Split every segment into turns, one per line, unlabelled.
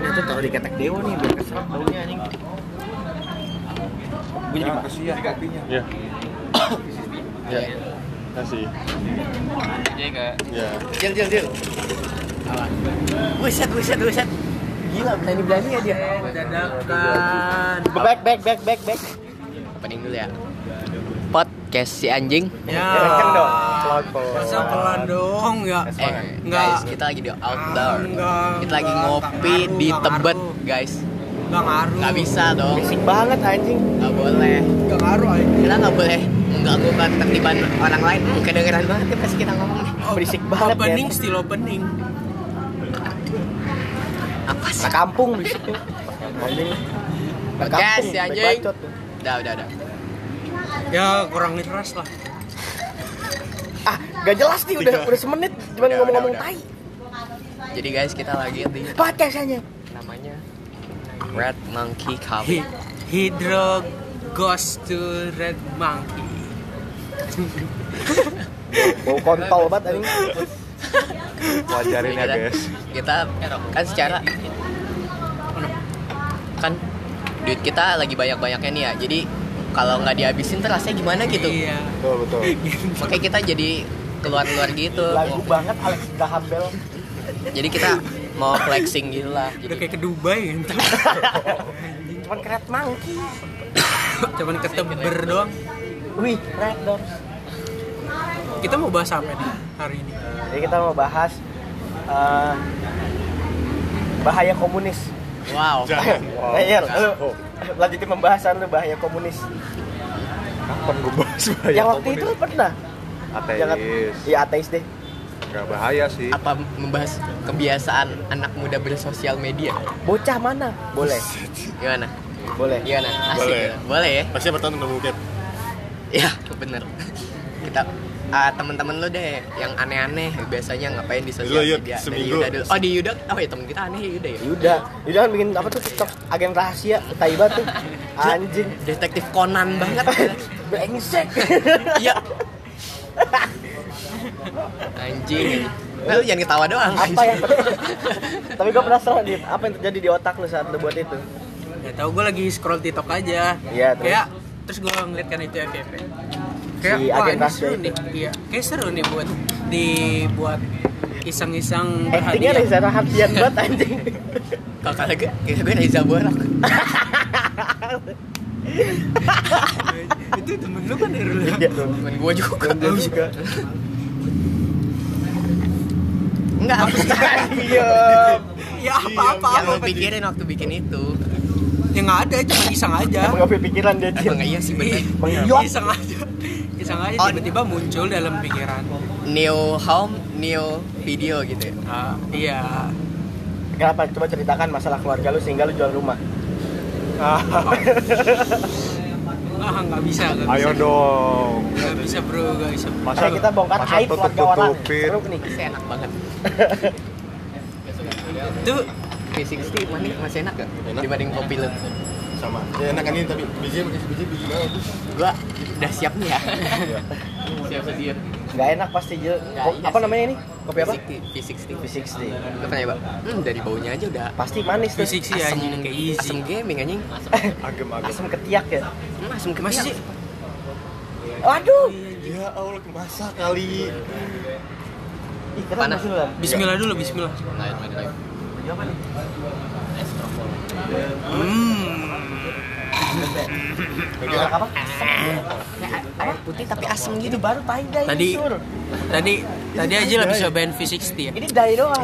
Itu taruh di ketek dewa nih biar keserap baunya anjing. Gue jadi
Jangan kasih ya kopinya.
Iya.
Iya.
Kasih.
Jadi kayak
Ya.
Deal deal deal. Buset buset buset. Gila, berani berani ya dia. Dadakan. Back back back back back.
opening dulu ya. Podcast si anjing.
Ya.
Kenceng dong. Pelan-pelan.
Masa pelan dong ya.
Eh,
Enggak.
guys, kita lagi di outdoor.
Enggak,
Kita lagi
enggak,
ngopi
enggak
di
ngaruh,
Tebet,
enggak
guys.
Enggak ngaruh.
Gak bisa dong,
Asik banget anjing.
gak boleh.
Enggak ngaruh anjing.
Kita gak boleh mengganggu ketertiban orang lain. Hmm, kedengeran banget ya pas kita ngomong nih.
Berisik banget,
Opening
ya.
still opening.
Apa sih?
Nah kampung berisiknya. Anjing. Nah
Podcast,
kampung.
si anjing.
baik bacot.
Udah, udah, udah.
Ya kurang keras lah.
Ah, gak jelas nih udah
Tiga.
udah semenit cuman
Udah,
ngomong-ngomong
udah,
tai.
Jadi guys, kita lagi di
Podcast aja.
namanya Red Monkey Coffee.
Hi- Hydra goes to red monkey.
Bau kontol banget anjing.
Wajarin ya
Kita-
guys.
Kita kan secara kan duit kita lagi banyak-banyaknya nih ya. Jadi kalau nggak dihabisin tuh rasanya gimana gitu.
Iya.
Betul betul.
Makanya kita jadi keluar-keluar gitu.
Lagu banget Alex Dahambel.
Jadi kita mau flexing gitu lah.
Udah
Jadi
kayak ke Dubai gitu.
Cuman keret mangki.
Cuman keteber doang.
Wih, red doors.
Kita mau bahas apa nih hari ini?
Jadi kita mau bahas eh, bahaya komunis.
wow.
Jangan.
Wow. Ayer, lu lanjutin pembahasan lu bahaya komunis.
Kapan gue bahas bahaya
yang waktu itu lu pernah. Jangan,
ateis.
ya ateis deh.
Gak bahaya sih.
Apa membahas kebiasaan anak muda bersosial media?
Bocah mana? Boleh,
Gimana?
boleh.
Gimana? Asik.
Boleh.
ya? Boleh ya?
Pasti pertama nemu Buket.
Iya, bener. Kita ah, temen-temen lo deh yang aneh-aneh biasanya ngapain di sosial
Lo, Yud,
media dari
seminggu.
Yuda dulu. Oh di Yuda, oh ya temen kita aneh ya Yuda ya.
Yuda, Yuda kan bikin apa tuh TikTok agen rahasia, tai banget tuh. Anjing.
Detektif Conan banget. ya.
Brengsek.
Iya. Anjing. Nah, lu jangan ketawa doang.
apa yang terjadi? Tapi gue penasaran Dit, apa yang terjadi di otak lu saat lu buat itu?
Gak tau, gue lagi scroll TikTok aja.
Iya, terus?
Kayak terus gue ngeliat kan itu FYP. Kayak
Si
wah
agen
ini
rahasia
seru
itu.
nih. Iya, kayak seru nih buat dibuat iseng-iseng
Actingnya
hadiah.
Reza Rahadian banget anjing.
Kalau kata gue, kayak gue Reza Borak.
itu temen lu kan Irul.
Iya tuh.
Temen gue juga.
Gue juga.
Enggak, apa sih?
Iya.
Ya apa-apa
yang
apa
lu pikirin waktu bikin itu.
Yang nggak ada cuma iseng aja.
Emang gak pikiran dia Cil.
Emang iya sih bener.
Mengiyok.
Iseng aja. Iseng aja
Oh.
tiba-tiba muncul dalam pikiran.
Neo home, neo video gitu ya.
Ah, iya.
Kenapa? Coba ceritakan masalah keluarga lu sehingga lu jual rumah.
Ah, nggak bisa, nggak bisa.
Ayo dong.
Nggak bisa, Bro, nggak bisa. Bro.
Masa Eh, kita bongkar
masa
aib keluarga orang.
tutup-tutupin.
Seru nih.
Pasti enak banget.
Itu
360 mana masih enak gak?
Enak.
Dibanding kopi lu.
Sama. Ya enak kan ini tapi biji pakai biji biji bagus.
Gua udah siap nih ya. siap sedia.
Gak enak pasti Jil.
Nggak,
Ko-
iya
Apa
sih.
namanya ini? Kopi apa?
V60. V60.
V60.
Lu pernah coba? Hmm, dari baunya aja udah
Pasti manis tuh.
fisik sih
asem,
anjing kayak easy.
asem gaming anjing. Asem,
Agem agem.
Asam ketiak ya.
asem ketiak.
Masih sih
Waduh.
Ya Allah masa kali.
Ih, kenapa
Panas.
sih lu? Lan? Iya,
Bismillah dulu, Bismillah.
Nggak, nggak, nggak.
Hmm.
Enak apa? Hmm,
Kayak a- air putih tapi asem gitu.
Itu baru tai dai.
Tadi-
sur.
Tadi tadi aja
Iya,
lah bisa band V60 ya.
Ini dai doang.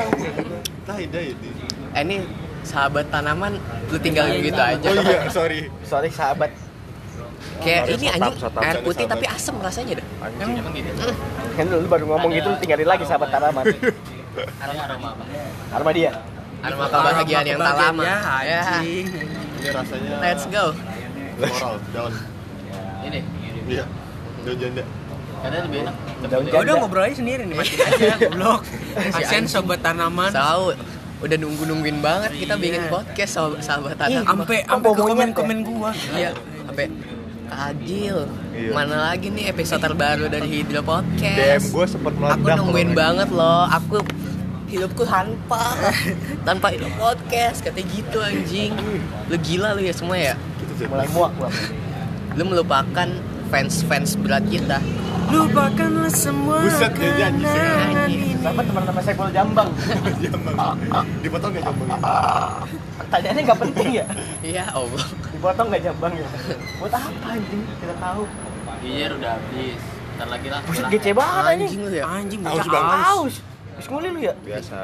Dah dah ini.
Eh, ini sahabat tanaman lu tinggal gitu aja.
Oh iya sorry.
Sorry sahabat.
Kayak
Harus
ini
tetap,
anjing
tetap
air
jadi
putih
sahabat.
tapi asem rasanya dah.
Anjing.
Kan lu baru ngomong gitu lu tinggalin lagi sahabat tanaman.
Aroma apa?
Arma dia.
Aroma kebahagiaan yang tak lama.
Ya,
Ya.
anjing.
Ini rasanya.
Let's go.
Moral down.
Ini.
Iya. Daun janda.
Karena lebih enak.
Daun
Ya udah
janda.
ngobrol aja sendiri nih, matiin aja goblok.
anjing.
Kasian sobat tanaman.
Tahu. Udah nunggu-nungguin banget kita
Iya.
bikin podcast sahabat, sahabat
Ih,
anak.
Ampe
Kok
ampe ke
bau monyet
komen-komen gua.
Iya, sampai Kak Iya, Adil,
Iya.
Mana lagi nih episode terbaru dari Hydro Podcast?
DM gue sempat
Aku
meledak.
nungguin
kalau
banget loh. Aku hidupku hampa tanpa Hydro Podcast. Katanya gitu anjing. Lu gila lu ya semua ya.
gitu,
mulai muak gua.
Lu melupakan fans-fans berat kita.
Lupakanlah semua
Buset, dia janji sih.
kenangan
Janji.
ini.
Sama teman-teman sekpol jambang.
Jambang. Dipotong nggak jambangnya?
Pertanyaannya nggak penting ya.
Ya Allah.
Dipotong nggak jambang ya. Buat apa anjing? Kita tahu.
Iya udah habis. Ntar lagi lah.
Buset
pulang.
gece banget anjing.
Anjing lu ya.
Anjing
Aus
bocah
banget.
aus.
Aus. Bis nguli lu ya?
Biasa.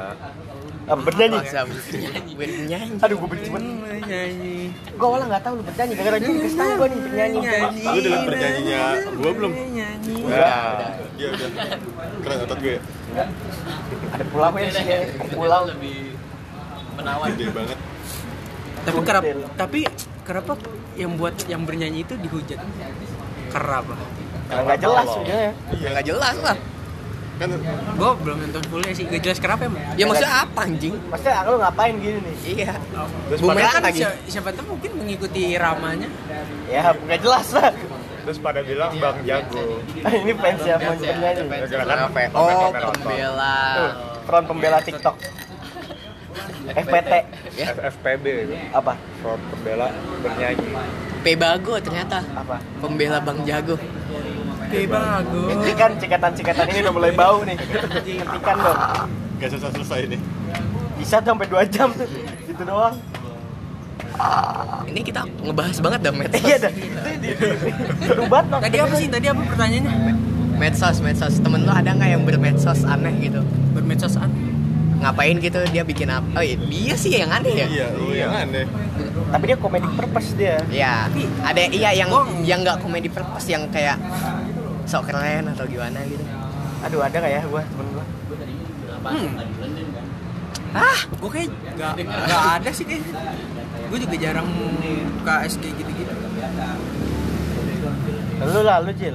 Ah, bernyanyi.
Paksa gue nyanyi.
Aduh, gue benci banget. Gue awalnya nggak tahu lu bernyanyi. Gara-gara dia dikasih tahu gue nih bernyanyi.
Lu dengar bernyanyinya gue belum?
Iya, Nyanyi.
Udah.
Iya udah. Keren otot gue. ya.
Ada pulau ya di sini. Pulau.
lebih menawan.
Gede banget.
Tapi kerap tapi kenapa yang buat yang bernyanyi itu dihujat? Kenapa?
Karena nggak jelas udah ya.
Ya nggak jelas lah.
Iya. Kan
Gue belum nonton fullnya sih, gak jelas kenapa emang.
Ya maksudnya apa anjing?
Maksudnya "Ah, lu ngapain gini nih?
Iya.
Terus
Bu
pada,
Merah
Kan
lagi.
si- siapa tahu mungkin mengikuti ramanya.
Ya nggak jelas lah.
terus pada bilang Bang Jago.
Ini fans yang mau bernyanyi.
Gerakan
Oh,
pembela.
pembela.
Tuh, Front pembela TikTok. FPT
Ya.
FFPB itu.
apa?
Front pembela bernyanyi.
Pebago ternyata.
Apa?
Pembela Bang Jago.
Bagus.
Ikan cekatan-cekatan ini udah mulai bau nih. Ikan dong.
nggak selesai selesai nih.
Bisa tuh sampai 2 jam tuh. Gitu doang.
Ini kita ngebahas banget dong medsos.
Iya dah. Itu di seru banget Bang.
Tadi eh, apa sih? Tadi apa pertanyaannya?
Medsos, medsos. Temen lo ada nggak yang bermedsos aneh gitu?
Bermedsosan.
Ngapain gitu? Dia bikin apa? Oh iya, dia sih yang aneh ya.
Iya, lu yang aneh.
Tapi dia comedic purpose dia.
Iya. Ada iya yang
Gua-
yang nggak komedi purpose yang kayak sok keren atau gimana gitu.
Aduh ada nggak ya gua temen gua?
Ah,
Gue Hmm. kayak gak, gak ada sih kayaknya Gue juga jarang KS kayak gitu-gitu
Lu lah lu Jil.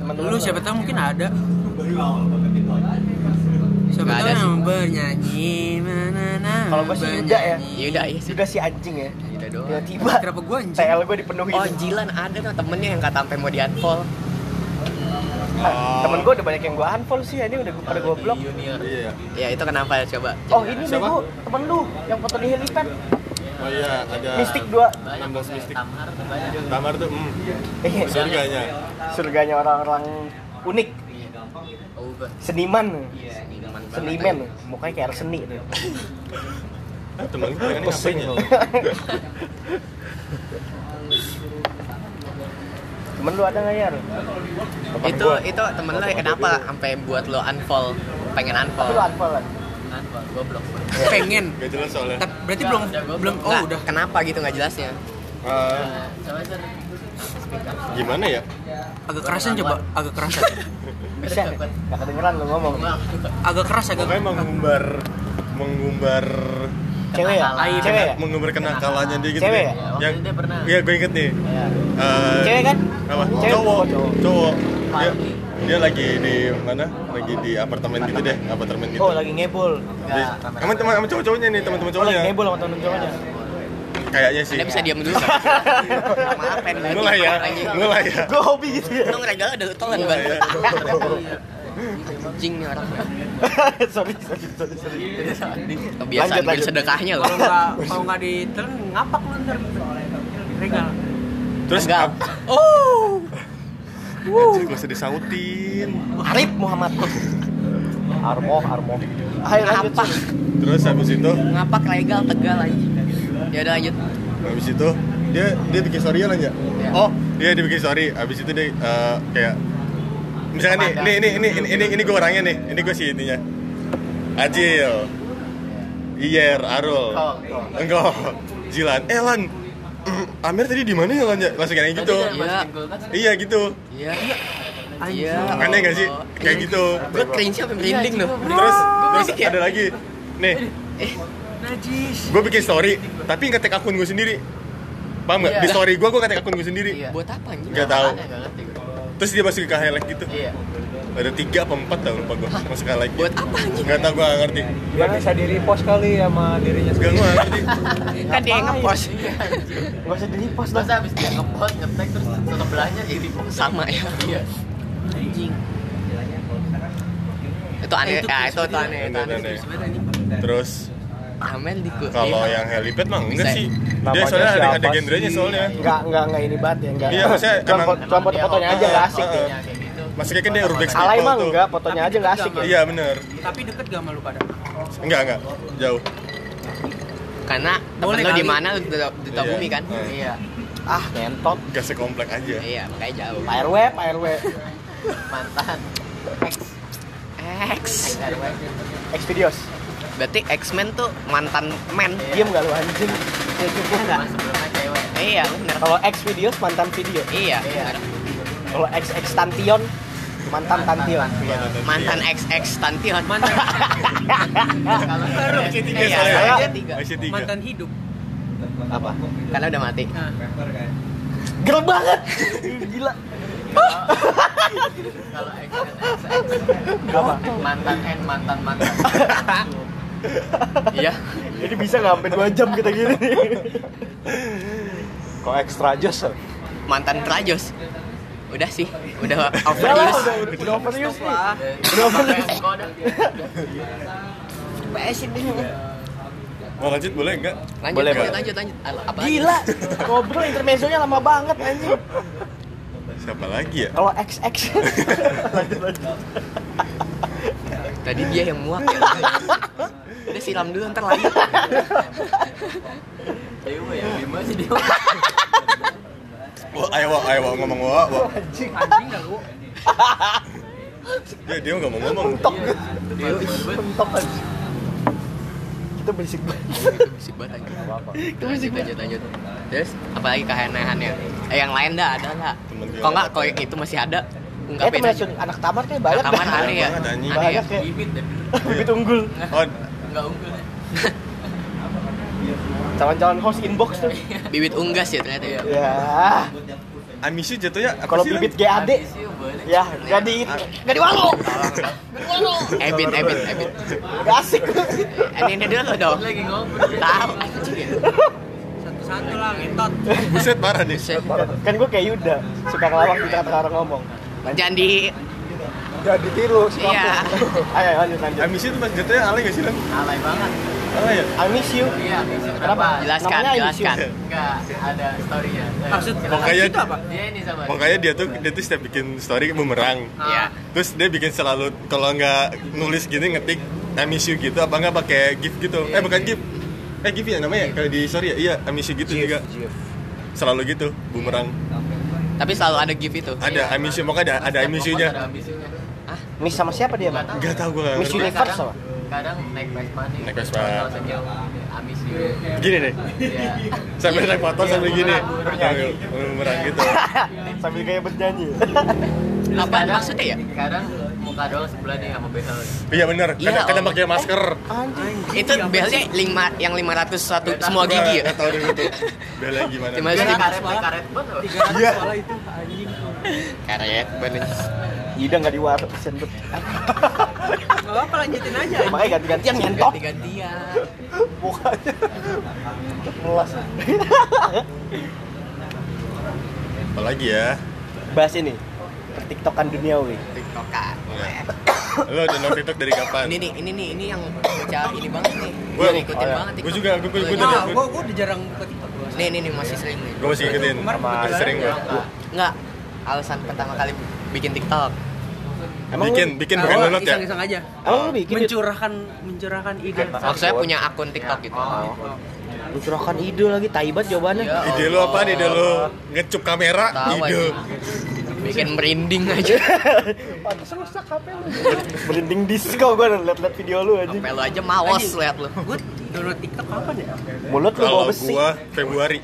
Temen
Lu siapa tahu mungkin ada Siapa
Gak
tahu
ada sih.
yang bernyanyi mana na
Kalau gua sih enggak ya.
ya udah iya sih.
Sudah si anjing ya.
Gitu doang.
Tiba-tiba
Kenapa gua anjing?
TL gua dipenuhi.
Oh, Jilan ada tuh temennya yang kata sampai mau di unfollow.
Ah, Temen gua udah banyak yang gua unfollow sih. Ini udah gua- pada gua blok.
Iya.
Ya itu kenapa coba?
Oh ini
Siapa?
bego temen lu yang foto di helipad.
Oh iya, ada
Mistik dua.
16 mistik. Tamar tuh banyak. Tamar tuh, hmm.
Eh,
Surganya.
surganya orang-orang unik. Seniman.
Iya,
Seniman. Mukanya kayak anak seni tuh.
Ah, Temen gue kan ngapain ya?
Temen lu ada nggak ya? Ru?
Temen
itu
gua.
itu temen lo ya, kenapa sampai buat lo unfollow pengen
Tapi lu
unfollow
unfollow kan?
Pengen
Gak jelas soalnya.
Tapi berarti belum belum oh
Nggak,
udah
kenapa gitu nggak jelasnya
Ah, gimana ya?
agak kerasan coba agak kerasan
Bisa nih. Gak kedengeran lu ngomong.
agak keras ya. agak
Pokoknya mengumbar mengumbar
Cewek ya?
Aib.
Cewek ya?
mengumbar kenakalannya dia gitu.
Cewek
deh.
ya?
Waktu
Yang
itu dia pernah.
Iya, gue inget nih. Eh,
Cewek kan?
Apa?
Cewek.
Cowok.
Oh, cowok.
Cowok. Dia, dia lagi di mana? Lagi di apartemen gitu deh, apartemen gitu.
Oh lagi ngebol.
Dia- Sama teman sama cowok-cowoknya nih, teman-teman
Oh lagi
cowoknya.
ngebol sama temen cowoknya.
Kayaknya sih.
anda bisa diam dulu maafin lagi
Mulai Iya. ya,
lagi
mulai ya.
Gue hobi gitu ya.
lo ngeragala ada telan
Mulai
banget
ya.
anjing nih orang
sorry, sorry, sorry, sorry.
kebiasaan
Lanjut,
beli
lanjut.
sedekahnya lo
kalau nggak kalau nggak ditelan ngapak lu ntar regal
Terus
Enggak.
ap-
oh
Anjir, gak usah disautin.
Arif Muhammad. Armo, Armo. Ayo lanjut.
Apa?
Cil.
Terus habis itu,
ngapak legal tegal anjing ya udah lanjut
habis itu dia dia bikin story ya aja. Oh, iya dia bikin story. Habis itu dia eh, kayak misalkan nih, nih, nih, ini ini ini ini gue orangnya nih. Ini gue si ininya. Ajil. Iyer, Arul. Engkau. Jilan, Elan. Amir tadi di mana ya Lan, ya? Langsung kayak gitu.
iya
Iya gitu.
iya
anjing
Aneh gak sih? Kayak gitu.
gue cringe sampai merinding loh
Terus terus
ya?
ada lagi.
Eh,
Nih,
najis
gue bikin story tapi ngetek akun gue sendiri paham nggak
Iya.
di story
Iya.
gue gue ngetek akun gue sendiri
buat apa anjing
Nggak tahu.
Aneh, nggak ngerti gue.
terus dia masukin ke highlight gitu
iya
ada tiga apa empat tau lupa gue sama sekali lagi
Buat apa anjing?
nggak tau gue nggak ngerti
Dia bisa di repost kali sama dirinya
gak
sendiri.
gue ngerti
kan dia yang ngepost
Gak usah di repost lah
Masa abis dia ngepost, ngetek, terus sebelahnya jadi post
sama ya
Iya
anjing
itu aneh ya
Itu
itu,
prinsip
itu aneh itu
Aneh,
aneh
aneh.
sebenarnya ini
terus
Amel di gua-
kalau ya.
iya.
yang helipad mah enggak
Bisa.
sih dia
Namanya
soalnya ada
siapa
ada genrenya
sih?
soalnya
Enggak, enggak, enggak ini banget ya enggak
Iya, maksudnya
Cuma
emang-
fo- Cuma
Emang dia
foto-fotonya aja
hobinya
gak asik ya.
Heeh.
deh
Iya, kayak gitu
Maksudnya kan dia urbex
Alay
people
mah
tuh.
enggak, fotonya aja gak asik ya
iya bener
tapi deket gak malu pada
enggak enggak jauh
karena temen
Boleh
lo di
kali.
mana di duta
Iya.
bumi kan
Heeh.
iya
Ah, ngentot
gak sekomplek aja
iya makanya jauh
Pak RW, Pak RW
Mantan
X
X videos
berarti X-Men tuh mantan men
Diem gak lu anjing? Ya cukup gak?
Mas Iya. sebelumnya cewek
iya bener
Kalau X videos mantan video
iya bener.
Kalau X X Tantion mantan Tantion
mantan XX Tantion
mantan
Kalau
Baru
Iya,
masih tiga
iya
soalnya.
soalnya tiga
masih tiga
mantan hidup
Apa?
karena udah mati
nah,
Gel banget. Gila.
Kalau XNXX
Apa?
Mantan N, mantan mantan
iya
Jadi bisa nggak sampai 2 jam kita gini nih. Kok ekstra jos?
mantan Trajos udah sih udah
Udah lah,
overuse
udah udah overuse nih.
lah
Udah overuse.
Kayak kode
mau lanjut boleh enggak
lanjut
Boleh,
lanjut
boleh.
lanjut lanjut Al- apa lagi?
Gila. Ngobrol intermezzonya lama banget anjing.
siapa lagi ya
Kalau XX. Lanjut lanjut.
tadi dia yang muak ya udah siram dulu ntar lagi
Dewa ya, Bima sih dia
wah ayo wah ayo wah ngomong wah wah
anjing gak lu
dia dia nggak mau ngomong
Mentok.
Dewa banget.
Mentok anjing. Kita berisik banget.
Bisik banget anjing. lanjut lanjut lanjut terus apalagi keanehannya eh, yang lain dah ada nggak
Temen dia
kok nggak
ada.
koyok itu masih ada
Eh
ungkapin
temen
aja
Asun, anak tamat kayak banyak
Rekaman
dah.
aneh ya
Banget, anjing.
aneh ya
Banyak kayak
Bibit deh, bibit.
bibit unggul.
oh
nggak unggul ya
Calon-calon host inbox tuh.
bibit unggas ya ternyata ya
Iya.
Ya. Nah,
amisi jatuhnya apa
Kalau
sih, Lam?
bibit GAD
Habis sih boleh
ya nggak di nggak diwalo.
ebit ebit
ya.
ebit
Nggak asik.
ini ini dulu dong
Lagi ngobrol
tahu anjing ya.
satu-satu lah ngentot
buset parah nih
Buset.
kan gue kayak Yuda suka ngelawak di tengah-tengah orang ngomong
jangan di
jadi ditiru suka
Iya.
aku. ayo lanjut lanjut
amisi itu pas jatuhnya alay nggak sih Lam?
Alay banget
alay ya
I miss you
Iya, abis itu
Kenapa?
kenapa?
jelaskan
Namanya
jelaskan
Enggak, ada story-nya Eh,
maksud
silakan.
Makanya-
itu apa
Dia ini sama
makanya dia tuh dia tuh setiap bikin story bumerang
ya
terus dia bikin selalu kalau nggak nulis gini ngetik I miss you gitu apa nggak pakai gif gitu eh bukan gif eh gif ya namanya kalau di sorry ya iya I miss you gitu juga selalu gitu bumerang
tapi selalu ada gift itu
ada I miss you makanya ada ada I miss you-nya
Ada ambisinya
miss sama siapa dia bang
nggak tahu gue nggak
Miss you.
ngerti
Universe
kadang,
apa?
kadang naik Vespa nih
Naik Vespa.
Kalau saya bilang, Amis you
gini nih
ya. Iya
sambil naik foto sambil
Iya.
gini
Bumerang.
bumerang gitu
sambil kayak bernyanyi
Terus
Apa
kadang-
maksudnya ya?
Kadang muka doang sebelah nih sama behel
iya bener
Iya,
kadang kadang
Om.
pakai masker
anjing
itu belnya lima yang 501 semua
Gua
gigi ya
nggak tahu deh itu bela gimana
Gimana?
Ini
Jadi-
Iya, karet, karet banget
tiga
Iya.
ratus soalnya itu anjing
karet bener
Yuda nggak diwar sendut
nggak apa lanjutin aja anjing.
makanya ganti-gantian nyentot
gantian
mukanya melas
apalagi ya
bahas ini tiktokan duniawi
tiktokan
Iya. lo udah nonton tiktok dari kapan
ini nih ini nih ini yang baca ini banget nih
Gua-
gue ngikutin
oh, iya.
banget
Gua juga, gua- gua- gua
Nah,
dari-
gua gua udah jarang buka TikTok gua.
nih nih nih masih sering nih
gue masih ngikutin
Kemarin kebetulan
sering ya? gue
Nah,
nggak alasan pertama kali bikin tiktok
Emang
bikin
lu-
bikin
Nah,
bukan
gua
download ya
Iseng-iseng aja.
emang lu bikin
mencurahkan mencurahkan ide.
maksudnya punya akun tiktok gitu
lu curahkan ide lagi taibat jawabannya
Ya
ide lo apa ide lo ngecup kamera ide
Tahu aja. bikin merinding aja
Pantes rusak HP lu. Merinding disco gua udah liat-liat video lu aja.
Sampai lu aja mawas
Anjing.
lihat lu
Gua download TikTok kapan ya?
Mulut lu bau
kalau
besi.
gua Februari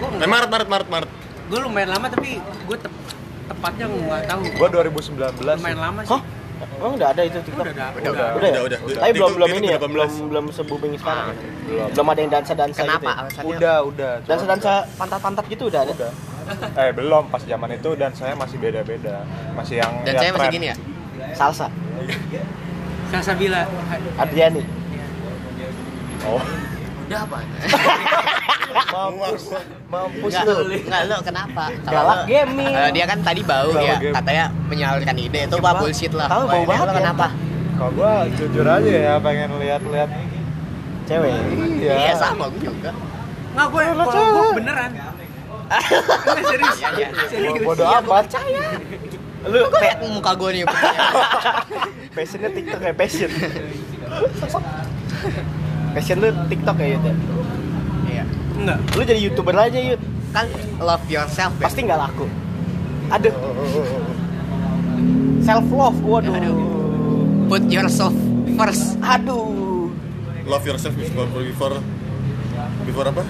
Gua
eh, Maret Maret Maret Maret
gua lumayan lama tapi gua tep- tepatnya nggak tahu.
Gua 2019.
lumayan lama sih.
Hah? Emang udah ada itu TikTok?
Udah
Udah,
udah udah.
Udah, ya?
Udah, udah.
Tapi belum
TikTok-
belum
TikTok
ini ya,
berapa
belum
belas? Ah,
belum se-booming sekarang. ya?
Belum.
Belum ada yang dansa-dansa gitu.
kenapa
ya?
alasannya
Udah, udah. Cuma
Dansa-dansa pantat-pantat gitu udah ada.
Udah. eh belum pas zaman itu dan saya masih beda-beda masih yang
Dan
yang
saya masih
trap.
gini ya.
Salsa.
Salsabila.
Adriani.
oh
Udah apa?
Mampus. Mampus
Enggak,
lu.
enggak lo kenapa? Kalau
Galak
lo-
gaming.
Eh, dia kan tadi bau
Galak
ya,
gaming.
katanya menyalurkan ide itu
Coba.
bah bullshit lah.
Tahu,
Wah,
bau
ini
banget
lo
ya.
kenapa?
kalau gua jujur aja ya pengen lihat-lihat
Cewek.
iya
Iya sama gua juga.
Nggak gue, kalau gue beneran. Nggak, serius.
Iya,
Serius. Iya,
bodo amat
Lu
Kok liat muka gue nih?
passionnya TikTok kayak passion. passion lu TikTok ya Yud ya?
Iya.
Enggak.
Lu jadi YouTuber aja Yud.
Kan love yourself ya.
Pasti nggak laku. Aduh. Self love, waduh.
Aduh. Put yourself first.
Aduh.
Love yourself before before before apa?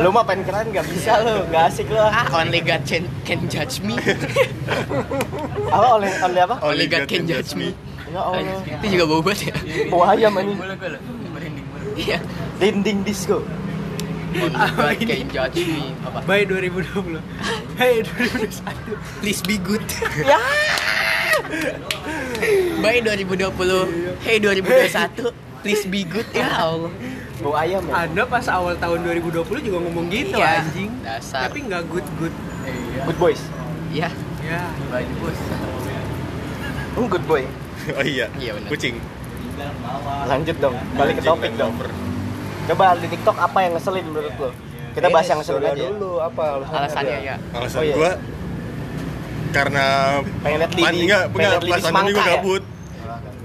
Lu mah pengen keren nggak bisa lu, nggak asik lu.
Ah, only God can, can judge me.
Apa oleh oleh apa?
Only God can judge me.
Ya Allah.
Itu juga bau banget ya.
Wah, ayam ini.
Boleh gue lo. Merinding gue.
Iya.
Dinding disco.
Only God can judge me. Apa?
Bye 2020. Hey 2021.
Please be good.
Ya.
Bye 2020. Hey 2021. Please be good ya Allah.
Bau ayam ya.
Anda pas awal tahun 2020 juga ngomong gitu
Iya,
anjing.
dasar.
Tapi nggak good good.
Good boys.
Ya.
Ya.
Baju bos.
Hmm, good boy.
Oh iya.
Iya, benar.
Kucing.
Lanjut dong, balik ke
Kucing
topik
dan
dong. Oh
lover.
Coba di TikTok apa yang ngeselin menurut lo? Kita bahas yang ngeselin
Saudara
aja. ya.
dulu apa alasannya,
Alasannya ya.
Alasan
Oh, iya.
gua karena
Pengen liat lidi-
enggak,
pengen
enggak,
liat lidi
pelaksanaan minggu
semangka ya?
gabut.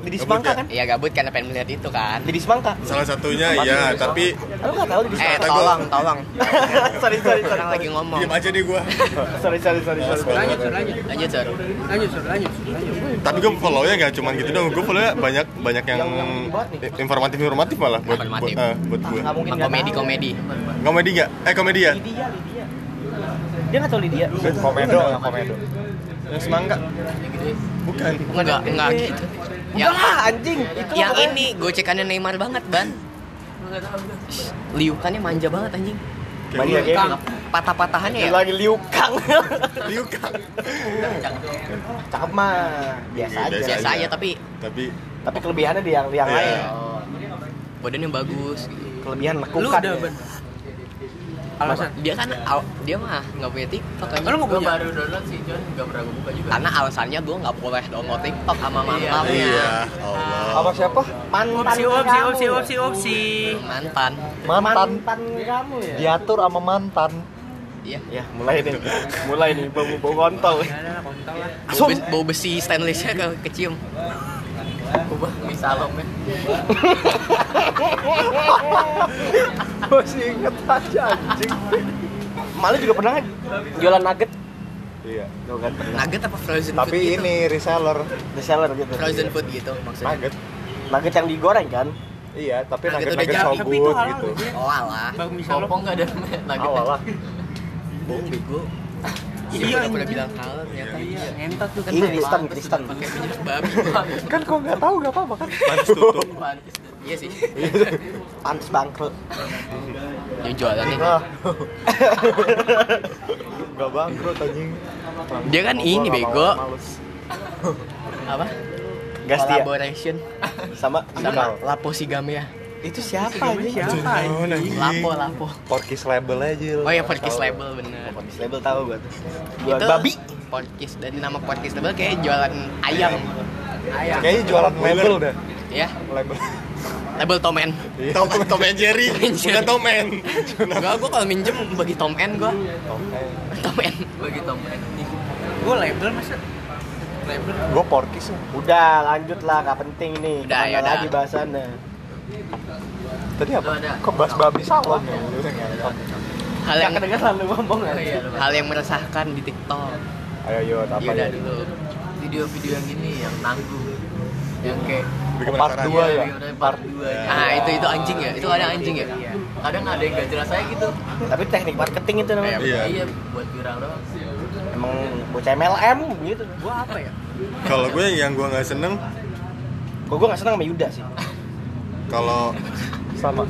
Didi Semangka kan?
Ya gabut karena pengen melihat itu kan.
Didi Semangka.
Salah satunya ya, tapi
Lo nggak tahu Didi
Eh,
Semangka?
tolong, tolong.
sorry, sorry, sorry,
Orang lagi ngomong.
diam aja nih gua.
sorry, sorry, sorry, sorry, sorry.
Lanjut sur lanjut.
Lanjut, Sor.
Lanjut sur lanjut. Sur, lanjut.
tapi gue follow-nya gak cuman gitu dong, gue follow-nya banyak banyak yang,
Yang- yang ini banget nih.
informatif-informatif malah buat buat,
Informatif.
eh, buat gue.
Nggak mungkin nggak tahu.
Komedi-komedi.
Komedi nggak? Eh komedi ya?
Lydia, Lydia. Dia nggak tahu ya? Lydia.
Bro? komedo nggak komedo
Yang semangka? Bukan.
Enggak, enggak gitu.
Udah lah, anjing. Itu
yang
pokoknya.
ini gocekannya Neymar banget, Ban. Shh, Liukannya manja banget anjing.
Mania
Kayak
gaming.
Patah-patahannya
Dia
ya.
lagi Liu Kang.
gua- Liu Kang.
Cakep mah biasa
Iya,
aja.
Biasa aja tapi
Tapi
Tapi kelebihannya di yang, di yang
Iya.
lain.
badannya bagus. gitu.
Kelebihan
Lu
lekukan.
udah
ya.
ben. Alasan.
Dia kan aw- dia mah nggak punya TikTok anjing.
Lu nggak
Gue
punya.
baru download sih, John. Gak pernah gue buka juga.
Karena alasannya gue nggak boleh download TikTok sama
iya,
mantannya.
apa
Allah.
siapa
Mantan
Opsi opsi
kamu
opsi
ya.
opsi opsi.
Mantan.
mantan
Mantan kamu ya.
diatur sama mantan
Iya.
Ya, mulai nih. Mulai nih bau-bau kontol.
Ya udah lah kontol lah.
Bau, bes- bau besi stainlessnya ke kecium.
Gue misalnya
masih inget aja anjing
Malu juga pernah kan jualan nugget
iya
Tuh kan pernah
Nugget apa frozen
tapi
food gitu?
ini reseller
reseller gitu
Frozen food gitu maksudnya.
nugget
nugget yang digoreng kan
iya tapi
Nugget
nugget
udah
nugget
jadi,
so
Tapi itu
good
halal
gitu
gitu.
Oh alah.
Bang misalnya
Kopong gak ada lagi.
awal lah
Bohong bego.
Iya,
Iya, udah
anjing.
pernah bilang halal ternyata.
iya ngentot tuh kan.
ini Kristen Kristen
Pakai minyak babi.
kan kok nggak tahu nggak apa-apa kan
Pantes tutup.
Iya sih.
pantas bangkrut
Yang jualan ini.
Ah. nggak bangkrut anjing
Dia kan ini bego. Apa?
Gastia
Collaboration
sama
sama
sama
Lapo Sigamea.
itu siapa ini
Siapa?
Oh, nangis.
Lapo Lapo.
Porkis label aja
Oh ya podcast label bener.
label tahu gua tuh jual babi
Podcast dan nama podcast label kayak jualan ayam. Ayam.
kayaknya jualan label dah
Ya,
label
label Tomen.
Iya. Tom, Tom and Jerry,
and Jerry.
bukan Tom and.
Enggak, gua kalau minjem bagi Tomen gua.
oke
Tomen.
Bagi Tommy.
Gue label masa.
gue porkis ya.
udah lanjut lah nggak penting nih
Udah,
Kemana
ya udah.
lagi bahasannya
tadi apa
Lu ada.
kok bahas babi salon ya
Hal
nggak
yang
kedengeran lu ngomong
Oh iya, lu.
hal yang meresahkan di TikTok.
ayo yuk apa
Iya udah
ya
dulu.
Video-video yang ini yang nanggung. Yang kayak
Bagaimana
Part
caranya?
dua ya?
udah part 2
Ah, itu itu anjing ya. Itu ada anjing ya.
Iya.
Kadang ada yang gak jelas aja gitu.
tapi teknik marketing itu namanya
Iya.
Iya, buat viral doang.
emang bocah MLM gitu
Gue apa ya?
Kalau gue yang gue nggak seneng,
kok gua nggak senang sama Yuda sih
kalau
sama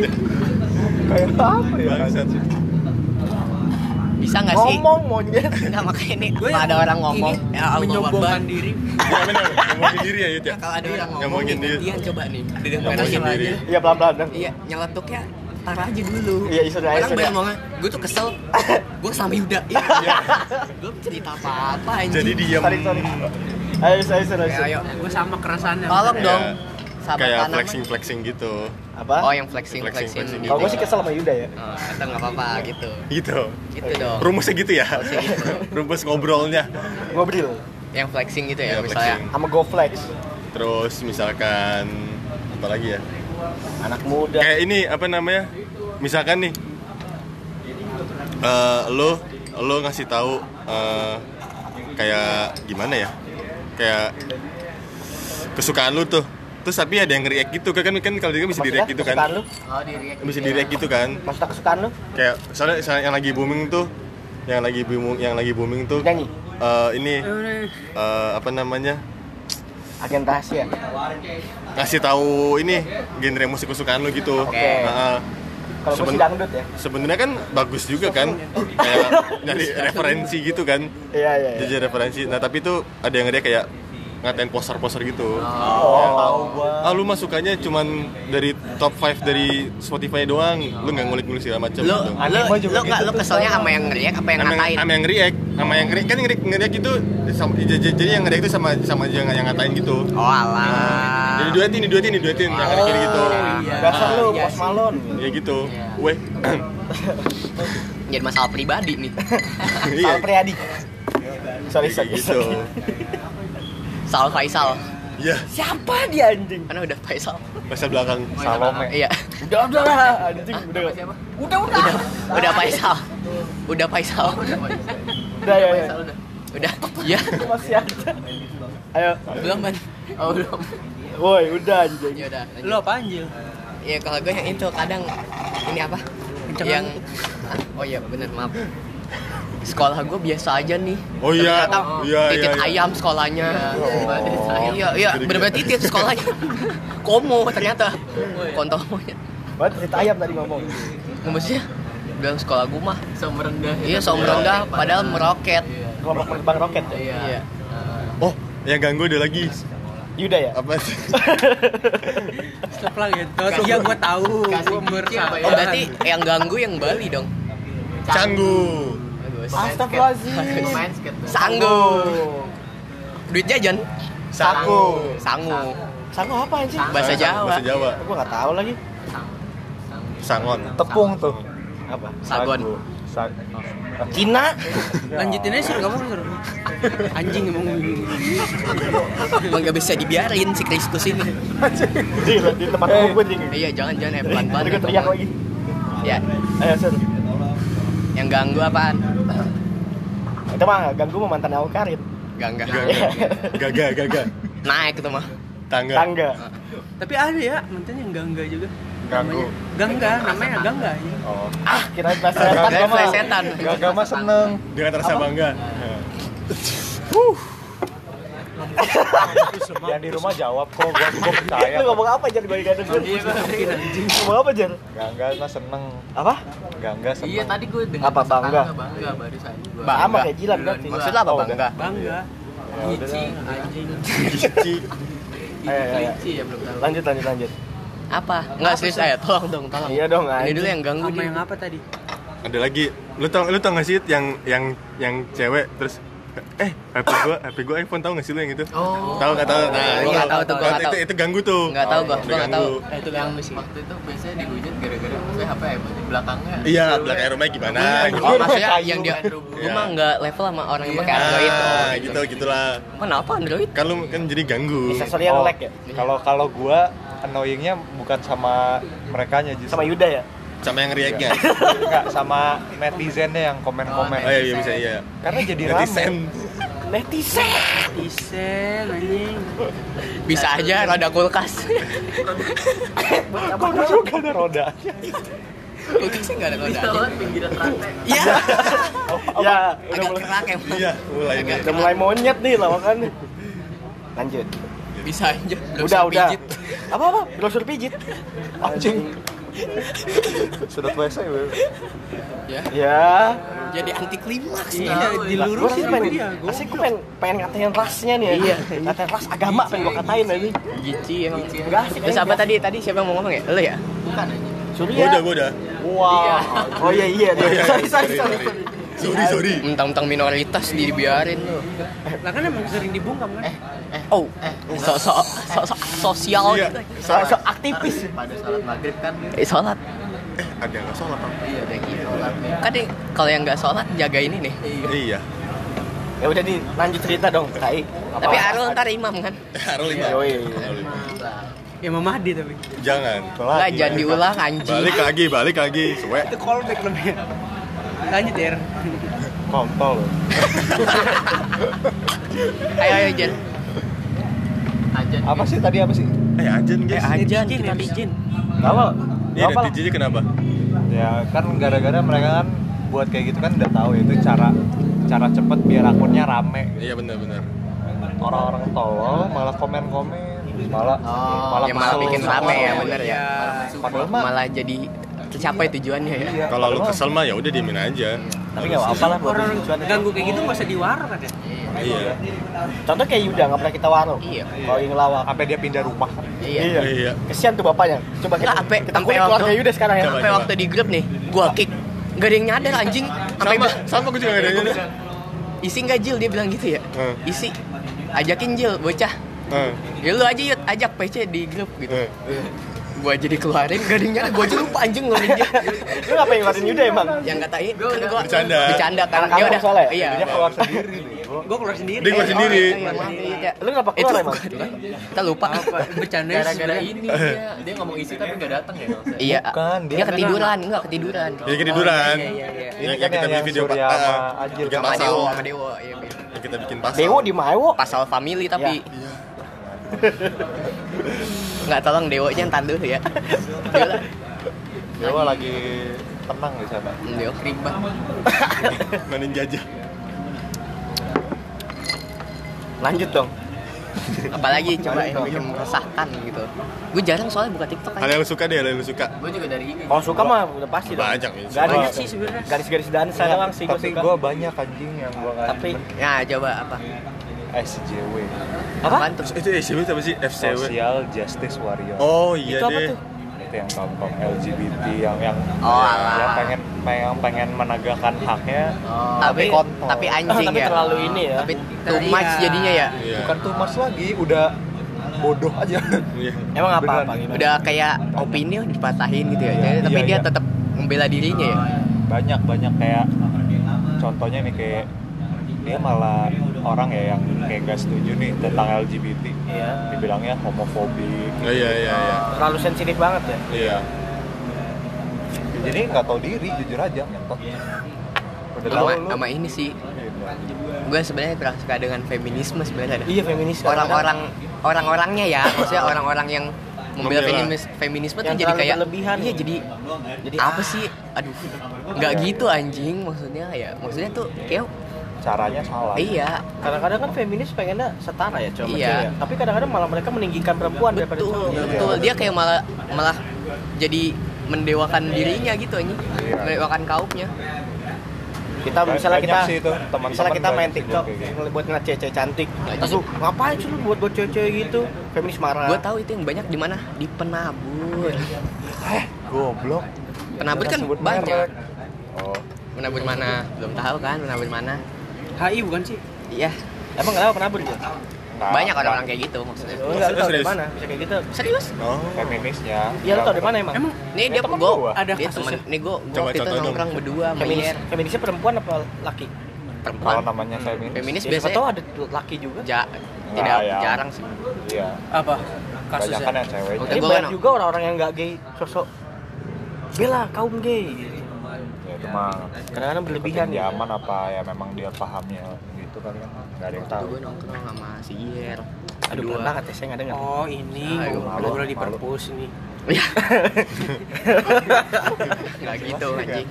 kayak apa ya
Bangsat. Iya,
Bisa nggak sih?
ngomong monyet
Nggak makanya ini
Gua
kalau
yang
ada orang ngomong
ini
ya Allah
menyombongkan
wabar.
diri
Iya bener, ngomongin diri ya Yud ya
Nah, kalau
Iya,
ada orang
Nggak
ngomong
mungkin
nih,
dia-
gantian coba nih
Ngomongin
dengerin
diri
aja.
iya pelan pelan dong
Iya, nyeletuknya tar aja dulu.
Iya, isu aja,
Orang
isu
banyak
aja.
ngomong, gue tuh kesel. Gue sama Yuda. Iya. Gue cerita apa-apa anjing.
Jadi diam
sorry sorry ayo ayo ayo, ayo, Iya,
Ya,
ayo.
ayo.
gue sama kerasannya
Tolong
Kayak-
dong. Sahabat
Kayak
tanaman.
flexing-flexing gitu
apa
Oh, yang flexing
Flexing,
flexing.
flexing.
gitu.
kalau gue sih kesel sama Yuda ya
Oh, atau nggak apa-apa gitu.
Gitu
Gitu dong.
Rumusnya gitu ya?
Rumusnya gitu.
Rumus ngobrolnya
ngobrol
Yang flexing gitu ya,
Iya,
misalnya.
flexing.
sama GoFlex
Terus misalkan apa lagi ya?
anak muda
Kayak ini apa namanya? Misalkan nih eh, lo lo ngasih tahu eh, kayak gimana ya? Kayak kesukaan lu tuh. Terus tapi ada yang nge-react gitu kan kan kan kalau dia kan bisa
Maksudnya
di-react gitu
kesukaan
kan.
lu
Oh, diri
Bisa di-react gitu kan.
maksudnya kesukaan lu
Kayak misalnya, misalnya yang lagi booming tuh yang lagi booming yang lagi booming tuh
Nyanyi.
eh, ini eh, apa namanya?
agen rahasia
ngasih tahu ini genre musik kesukaan lu gitu. Nah,
kalau gue sih
Seben-
dangdut ya
Sebenarnya kan bagus juga kan, kayak nyari referensi gitu kan,
iya iya iya.
jadi referensi. Nah tapi itu ada yang dia kayak ngatain poster-poster gitu.
Oh.
Ah lu mah sukanya cuman dari top 5 dari Spotify doang, lu nggak ngulik-ngulik segala macam.
Lo
gitu.
lo lo nggak lo keselnya sama yang ngeriak apa yang
Sama
ngatain?
yang, sama yang react, sama yang react kan yang react, nge-react itu sama, j- j- jadi yang react itu sama sama aja yang ngatain gitu.
Oh alah.
Jadi duetin, ini duetin, ini duetin, yang kayak gitu.
dasar lu
Oh, Iya
pos
sih.
malon
Ya gitu. Weh.
Jadi masalah pribadi nih.
Iya.
Sal Priadi sorry
Kayak
sorry
gitu.
Soal Faisal.
Iya,
siapa dia anjing
Karena udah Faisal.
masa belakang.
Salome
Iya.
udah udah lah anjing udah udah udah
Udah udah Faisal. Udah Faisal.
udah ya ya.
Udah. Iya.
masih ada ayo
Belum kan? Oh belum.
woi udah anjing
Ya udah. lanjut.
lo apa anjir
Ya kalau gue yang itu kadang ini apa? Yang Ah, oh iya bener maaf. Sekolah gue biasa aja nih.
Oh iya.
Ternyata
Iya, iya,
titip
iya.
ayam sekolahnya.
Oh.
Iya iya bener-bener titip sekolahnya. Komo iya. ternyata. Kontomonya.
banget cerita ayam tadi ngomong
Maksudnya bilang sekolah gue mah
sama rendah.
iya sombong dah padahal meroket.
kelompok penerbang roket ya?
Iya.
Oh, yang ganggu ada lagi.
Yuda ya
Apa sih?
stop lah gitu iya gue tahu
Kasih
gue bersahabat
Oh, berarti yang ganggu yang Bali dong.
Canggu.
Bagus.
Astagfirullahaladzim
Main skate.
Sanggu. Duit jajan.
Saku.
Sangu.
Sangu apa anjing?
Bahasa Jawa.
Bahasa Jawa.
Gua nggak tahu lagi.
Sangon.
tepung tuh
Apa? Oh.
Sagon.
Sa-
Cina.
lanjutin aja suruh kamu suruh anjing emang
Emang gak bisa dibiarin si Kristus ini.
Di, Iya, di tempat hey. gue anjing.
Iya, jangan jangan eh, pelan-pelan.
Tadi gua teriak lagi.
Ya,
Ayo, Sur.
yang ganggu apaan?
Itu mah ganggu sama mantan aku karit.
Gangga.
Gaga. Gaga, gaga.
Naik itu mah.
Tangga.
Tangga.
tapi ada ya mantan yang gangga juga
Ganggu.
Namanya- gangga namanya gangga ya.
Iya,
oh
Kira bahasa
Tangga.
setan
Dari
gua mah.
setan.
gak gak mah seneng
Dengan rasa bangga.
yang di rumah jawab kok gua gua percaya
Lu ngomong apa Jar? Gua digadang Jar. Ngomong apa Jar?
gak gak mah seneng
Apa?
gak gak seneng
Iya tadi gue dengar
Apa,
tentang
bangga?
Bangga barusan. Gua.
Sama kayak Jilan kan.
Maksud lu apa
Oh,
bangga?
bangga
Gici, anjing.
Eh,
Cici.
Ayo, ayo, ayo.
Iya,
Gici ya belum tahu.
Lanjut lanjut lanjut.
Apa? Enggak serius eh tolong dong, tolong.
Iya dong,
Ini
anjing.
dulu yang ganggu
sama
dia.
yang apa tadi
Ada lagi. Lu tau lu tau gak sih yang yang yang cewek terus eh HP gua HP gua iPhone tau gak sih lu yang itu?
Oh.
Tahu gak tahu? Nah,
Gua
itu-
nggak tahu tuh, gua nggak
itu,
tahu.
itu ganggu tuh.
Enggak tahu gua,
Itu
gua enggak
ganggu.
tahu.
eh, itu ganggu sih
Waktu itu biasanya dihujat gara-gara saya HP emang ya, di belakangnya.
Iya, belakang rumahnya gimana gitu.
Oh, maksudnya yang dia
Android.
Gua mah enggak level sama orang yang pakai Android. Oh,
Nah, gitu gitulah.
Kenapa Android?
Kan lu kan jadi ganggu.
Aksesoris yang
Oh,
lag ya.
Kalau kalau gua annoyingnya bukan sama merekanya justru.
Sama Yuda ya.
Sama yang react-nya.
Enggak, sama netizennya yang komen-komen.
Oh iya, iya bisa iya.
Karena jadi
Netizen.
rame.
Netizen.
Isel anjing
Bisa aja roda kulkas.
Kok juga ada rodanya?
Kulkasnya enggak ada
Bisa
rodanya.
banget pinggiran rantai.
Iya.
Ya, udah
Agak
mulai.
kerak emang.
Iya, mulai nih.
Udah mulai monyet nih lawakan. lanjut
Bisa aja.
udah
nggak usah
udah
pijit.
apa apa belum suruh pijit
anjing sudah wc gue
Ya.
ya
Jadi Nah, anti klimaks.
Iya,
gue
tau.
sih
dilurusin
pengen
dia. Gua
asik gue pengen pengen ngatain rasnya nih ya
Iya.
ngatain ras agama pengen gue katain aja
Gici emang.
enggak asik
Terus
aja.
apa tadi? Tadi siapa yang mau ngomong ya? Lo ya?
Surya
Gua udah, gua udah.
Wah. Oh iya iya.
Iya,
sorry sorry
sorry,
sorry.
sorry. Sorry, sorry.
Mentang-mentang minoritas di- dibiarin lo. Eh.
Nah kan emang sering dibungkam kan?
Oh, sok-sok sok-sok sosial
Iya.
gitu.
Soal soal aktivis.
pada salat maghrib kan
Eh, sholat.
Eh, ada nggak sholat Pak?
iya udah gitu sholatnya
Kan yang- kalau yang nggak sholat jaga ini nih.
Iya.
Ya udah nih lanjut cerita dong. Tai.
Tapi Arul ntar imam kan?
Harus lima.
Yoi.
Harus lima.
Ya Mama Mahdi tapi.
Jangan.
Nggak jangan diulang anjing.
Balik lagi, balik lagi. Suwe.
Itu callback lebih. Lanjut ya. Er.
ya? kontol lu.
Ayo ayo Jen.
aja
apa sih tadi apa sih
Eh, ajan guys.
Ajan
Netizen,
kita bisa.
netizen.
nggak
Iya,
apa nggak apa lah.
netizennya kenapa?
ya kan gara-gara mereka kan buat kayak gitu kan udah tahu ya, itu cara cara cepet biar akunnya rame gitu.
Iya benar-benar.
orang-orang tolol malah komen-komen malah malah
Ya malah
kesel
bikin
sama
rame ya
orang.
bener
Iya.
ya.
padahal mah
Malah jadi tercapai tujuannya ya.
iya,
Kalau lu
padahal-
kesel mah ya udah diemin aja.
Tapi enggak apa-apa lah buat
Orang
tujuan itu.
ganggu kayak gitu nggak usah diwaro kan ya?
Iya.
Contoh kayak Yuda enggak pernah kita warung.
Iya.
Kalau yang ngelawak.
sampai dia pindah rumah kan
Iya.
Iya.
Iya.
Kesian tuh bapaknya. Coba kita
Nggak, sampai-
kita
sampai
kulik
waktu-
keluarga Yuda sekarang ya.
Coba.
Sampai waktu di grup nih, gua kick. Gak ada yang nyadar anjing. Sampai
Sama, sama gue juga nggak ada aja deh.
isi nggak Jil dia bilang gitu ya.
Hmm.
Isi. Ajakin Jil bocah.
Eh,
Ya lu aja yuk ajak PC di grup gitu.
eh.
Gua aja dikeluarin, gak ada yang nyadar. Gua aja lupa anjing ngeluarin dia.
Lu ngapain ngeluarin Yuda emang?
yang katain kan gua
Bercanda.
Bercanda kan.
Anak kampung soalnya ya?
Iya.
dia keluar sendiri nih Gua-
Gue keluar sendiri.
Dia keluar
Eh,
sendiri.
Oh, iya, maaf, iya, iya.
Lu kenapa
Itu
keluar emang?
bukan. Kita lupa.
Apa? Bercandanya
gara-gara
sebenarnya.
ini dia, dia ngomong isi tapi nggak datang ya Nolsa?
Iya.
Bukan, dia
dia ketiduran, enggak ketiduran. Oh,
Jadi ketiduran.
Iya, iya, iya.
Yang
Ini
yang
kan
kita
yang-
bikin
yang
video Pak.
Surya sama
Ah,
Ajil.
Bikin
Sama
pasal.
Dewo, sama Dewo. Iya, iya.
Yang Kita bikin pasal.
Dewo di Maewo.
Pasal family tapi
Iya.
nggak tolong Dewonya entar dulu ya. Dewa.
Dewa lagi tenang di sana
Dewo rimba.
Mainin jajah.
Lanjut dong.
Apalagi coba yang bikin meresahkan gitu. Gue jarang soalnya buka TikTok
Hal
aja.
yang lu suka deh, hal yang lu suka.
gue juga dari ini
Kalau suka mah udah pasti dong.
Banyak ya.
Gak ada
Banyak sih sebenarnya.
garis-garis dansa
Iya,
doang sih gue
tapi
suka.
gue banyak anjing yang gue nggak
Tapi
Nah, coba apa?
SJW
Apa?
Apaan tuh?
Itu SCW apa sih? FCW.
Social Justice Warrior
Oh iya
Itu apa
deh.
tuh?
Nah, itu yang kaum kaum LGBT yang yang
Oh, alah.
yang pengen pengen pengen menegakkan haknya
Tapi
kontol.
tapi anjing
tapi
ya.
terlalu ini ya.
Tapi too much
Iya.
jadinya ya.
Iya.
bukan tuh mas lagi udah bodoh aja
Iya.
Emang apa-apa
Beneran.
gitu.
Udah kayak opini dipatahin gitu ya.
Iya,
Jadi- tapi
iya,
dia
iya.
tetap membela dirinya
Iya,
ya.
banyak banyak kayak contohnya nih kayak dia malah orang ya yang kayak gak setuju nih tentang LGBT
Iya.
dibilangnya homofobik
Oh, Iya, iya, iya.
Terlalu sensitif banget ya.
Iya.
jadi nggak tahu diri jujur aja ngentot udah tahu
Sama,
lu
sama ini sih. Gue sebenarnya kurang suka dengan feminisme sebenarnya.
Iya feminis.
orang-orang orang-orangnya ya maksudnya orang-orang yang membela
Membela.
feminis- feminisme tuh
Yang
jadi
terlalu
kayak
berlebihan.
iya jadi
Jadi,
apa sih aduh nggak
Iya.
gitu anjing maksudnya ya maksudnya tuh kayak
caranya salah
iya
kadang-kadang kan feminis pengennya setara ya cowok sama
Iya.
cewek. tapi kadang-kadang malah mereka meninggikan perempuan daripada
betul
cowok Iya.
betul dia kayak malah malah jadi
Iya.
mendewakan dirinya gitu anjing mendewakan kaumnya
kita misalnya kita
Banyak sih itu, teman-teman
misalnya kita main
banyak sih
TikTok
kayak gitu.
buat ngeliat cewek cantik
Nggak
terus lu, ngapain sih lu buat buat cewek gitu feminis marah
gue tahu itu yang banyak di mana di penabur
goblok
penabur kan
Jangan sebut
banyak
merek. oh
penabur mana belum tahu kan penabur mana
HI bukan sih?
iya
emang kenapa kenapa dia
nggak-
banyak orang-orang kayak gitu maksudnya
Lu nggak lu tahu dari
Serius?
mana bisa kayak gitu
serius
Oh.
feminisnya
iya lu tahu dari mana emang
Emang
Nih dia
temen
gue
gua.
ada
Ada
dia
kasusnya.
temen. Nih gue gue
Coba
waktu itu
contoh dong.
nongkrong berdua sama
feminis
Yer.
feminisnya perempuan apa laki
Perempuan.
kalau namanya feminis
Feminis
ya, siapa
biasanya
tahu ada laki juga
ja- tidak
ya.
jarang sih.
iya
apa? Kasus
banyak
ya?
kan yang cewek
Oke.
tapi
gua
banyak
enak.
juga orang-orang yang nggak gay sosok bela kaum gay
ya itu mah
kadang-kadang berlebihan ya
zaman apa ya memang dia pahamnya gitu kali kan nggak ada yang
Waktu
tahu
gue nongkrong sama si Yer.
aduh
Berdua.
pelan banget ya saya nggak dengar
Oh ini
Ayo,
malu,
ngobrol di
malu.
perpus ini.
Ya. Iya. Nggak gitu anjing.